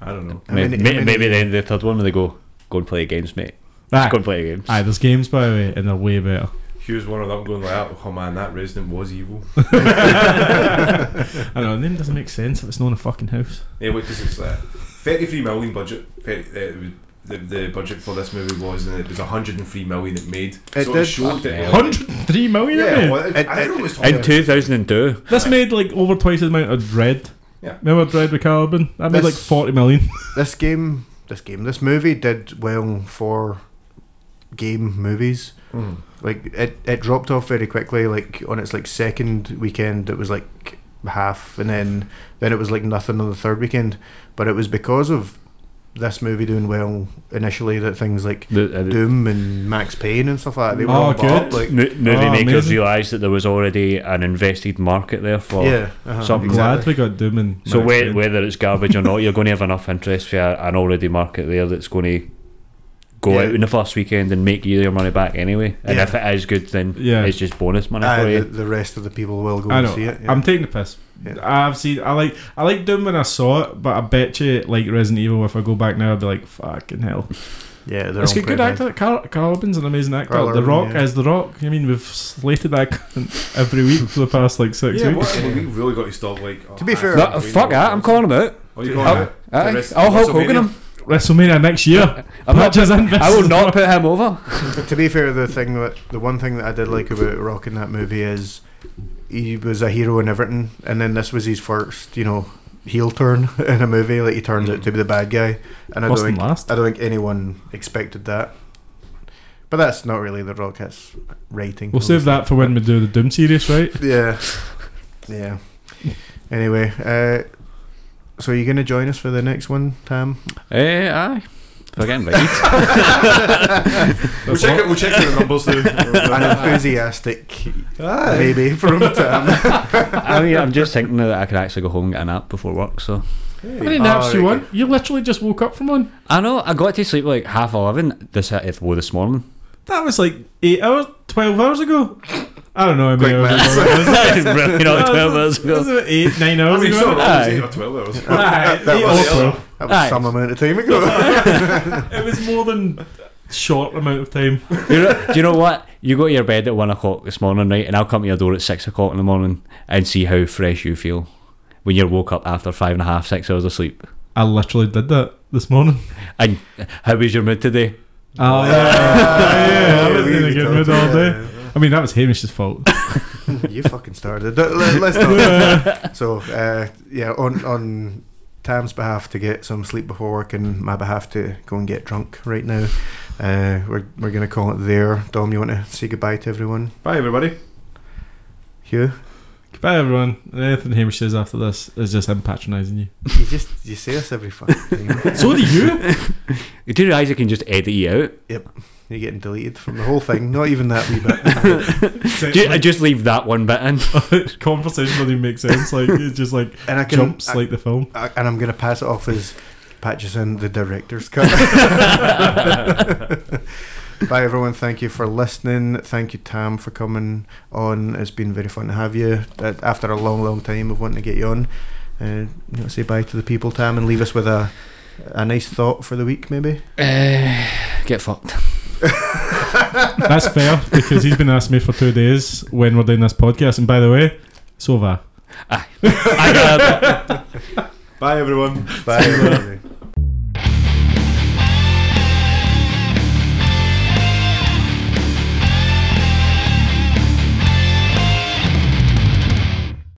Speaker 5: I don't know.
Speaker 1: I mean,
Speaker 2: May-
Speaker 1: I
Speaker 2: may-
Speaker 1: mean-
Speaker 2: maybe then the third one when they go, go and play games, mate.
Speaker 3: Ah,
Speaker 2: Go and play games.
Speaker 3: aye, there's games, by the way, and they're way better.
Speaker 5: Here's one of them going like, "Oh man, that resident was evil."
Speaker 3: I know, the name doesn't make sense if it's not in a fucking house.
Speaker 5: Yeah, what does it's that? Thirty-three million budget. 30, uh, it was- the, the budget for this movie was, and it was 103 million it made.
Speaker 1: It
Speaker 5: so it
Speaker 1: did-
Speaker 5: showed that.
Speaker 3: 103 million of
Speaker 5: Yeah,
Speaker 3: it?
Speaker 5: well, it,
Speaker 1: It-
Speaker 5: I don't know. It was
Speaker 2: In 2002,
Speaker 3: This made like over twice the amount of Dread.
Speaker 5: Yeah.
Speaker 3: Remember Dread with Carbon? That made like
Speaker 1: This-
Speaker 3: 40 million.
Speaker 1: this game, this game, this movie did well for game movies.
Speaker 5: Mm.
Speaker 1: like it, it dropped off very quickly like on its like second weekend it was like half and then then it was like nothing on the third weekend but it was because of this movie doing well initially that things like
Speaker 2: the, uh, the
Speaker 1: doom and max payne and stuff like that they were
Speaker 3: Oh,
Speaker 1: all bought
Speaker 3: good.
Speaker 1: up, like
Speaker 2: mo- movie
Speaker 3: Oh,
Speaker 2: makers
Speaker 3: amazing.
Speaker 2: realised that there was already an invested market there for.
Speaker 1: yeah uh
Speaker 2: So I'm
Speaker 3: I'm glad we got Doom and
Speaker 2: So
Speaker 3: Max
Speaker 2: whe-
Speaker 3: Payne.
Speaker 2: whether it's garbage or not, you're going to have enough interest for a- an already market there that's going to go
Speaker 1: Yeah.
Speaker 2: out in the first weekend and make you your money back anyway. And
Speaker 1: Yeah.
Speaker 2: if it is good, then
Speaker 3: Yeah.
Speaker 2: it's just bonus money for
Speaker 1: the,
Speaker 2: you.
Speaker 1: the rest of the people will go
Speaker 3: I
Speaker 1: and
Speaker 3: know.
Speaker 1: see it yeah.
Speaker 3: I'm taking the piss.
Speaker 1: Yeah.
Speaker 3: I've seen. I like. I like Doom when I saw it, but I bet you, like Resident Evil, if I go back now, I'd be like, "Fucking hell!"
Speaker 1: yeah they're
Speaker 3: It's
Speaker 1: all
Speaker 3: a good
Speaker 1: pretty
Speaker 3: actor. Carl, Carl Urban's an amazing actor.
Speaker 1: Carl
Speaker 3: the
Speaker 1: Urban,
Speaker 3: Rock
Speaker 1: yeah.
Speaker 3: is the Rock. I mean, we've slated that cunt every week for the past like six
Speaker 5: Yeah,
Speaker 3: weeks.
Speaker 5: what, we really got to stop like. Oh,
Speaker 1: To be
Speaker 5: man,
Speaker 1: fair-
Speaker 2: No,
Speaker 5: we
Speaker 2: fuck
Speaker 5: know
Speaker 2: that, I'm
Speaker 5: this.
Speaker 2: calling him out.
Speaker 5: Oh, you're
Speaker 1: Yeah.
Speaker 5: calling it?
Speaker 2: Aye,
Speaker 5: The rest-
Speaker 2: I'll Hulk Hogan
Speaker 5: WrestleMania?
Speaker 2: him.
Speaker 3: WrestleMania next year.
Speaker 2: I'm not,
Speaker 3: Much as
Speaker 2: I will not put him over.
Speaker 1: to be fair, the thing that the one thing that I did like about Rock in that movie is he was a hero in everything, and then this was his first, you know, heel turn in a movie. Like he turns out to be the bad guy, and I don't
Speaker 3: First and
Speaker 1: think
Speaker 3: last.
Speaker 1: I don't think anyone expected that. But that's not really the Rock. That's rating.
Speaker 3: We'll save that for when we do the Doom series, right?
Speaker 1: Yeah, yeah. Anyway, uh, so are you going to join us for the next one, Tam?
Speaker 2: Eh, aye. Forget invited.
Speaker 5: We'll check it. We'll check the numbers
Speaker 1: An
Speaker 5: though.
Speaker 1: enthusiastic maybe from Tam.
Speaker 2: I mean, I'm just thinking that I could actually go home and get a nap before work, so.
Speaker 3: How many
Speaker 1: Oh,
Speaker 3: naps do you
Speaker 1: right.
Speaker 3: want? You literally just woke up from one.
Speaker 2: I know, I got to sleep like half 11 this, if, well, this morning.
Speaker 3: That was like eight hours, twelve hours ago. I don't know how many
Speaker 1: Quick
Speaker 3: hours
Speaker 1: maths.
Speaker 3: ago. it was.
Speaker 2: Brilliant, you know, 12 hours
Speaker 3: That was
Speaker 2: ago.
Speaker 3: about eight, nine
Speaker 5: I
Speaker 3: hours
Speaker 5: mean, it's
Speaker 3: ago.
Speaker 5: not wrong, it's
Speaker 2: Aye.
Speaker 5: eight or twelve hours.
Speaker 3: Aye,
Speaker 1: That
Speaker 3: eight
Speaker 1: was
Speaker 3: or
Speaker 1: the other.
Speaker 3: 12.
Speaker 1: That was
Speaker 2: Aye.
Speaker 1: some amount of time ago.
Speaker 3: It was more than short amount of time.
Speaker 2: You know, do you know what? You go to your bed at one o'clock this morning, right? And I'll come to your door at six o'clock in the morning and see how fresh you feel when you woke up after five and a half, six hours of sleep.
Speaker 3: I literally did that this morning.
Speaker 2: And how was your mood today?
Speaker 1: Ah.
Speaker 3: Oh, yeah. yeah, I was in a good mood all day.
Speaker 1: Yeah,
Speaker 3: I mean, that was Hamish's fault.
Speaker 1: yeah. you fucking started. Don't- Let, let's not. so, uh, yeah, on on Tam's behalf to get some sleep before work, and my behalf to go and get drunk right now. Uh, we're we're gonna call it there. Dom, you want to say goodbye to everyone?
Speaker 5: Bye, everybody.
Speaker 1: Hugh,
Speaker 3: Goodbye, everyone. Anything Hamish says after this is just him patronising you.
Speaker 1: you just you say us every fucking thing.
Speaker 3: So do you.
Speaker 2: You do realise you can just edit you out.
Speaker 1: You're getting deleted from the whole thing. Not even that wee bit.
Speaker 2: Ju- I just leave that one bit in.
Speaker 3: Conversation doesn't even make sense. Like it just like
Speaker 1: And I can
Speaker 3: jumps like the film.
Speaker 1: I, and I'm going to pass it off as Patchison, the director's cut. Bye, everyone. Thank you for listening. Thank you, Tam, for coming on. It's been very fun to have you. Uh, After a long, long time of wanting to get you on, uh, you know, say bye to the people, Tam, and leave us with a a nice thought for the week, maybe.
Speaker 2: Uh, get fucked.
Speaker 3: That's fair because he's been asking me for two days when we're doing this podcast. And by the way, so have I.
Speaker 2: I got it.
Speaker 5: Bye, everyone.
Speaker 1: Bye. everybody.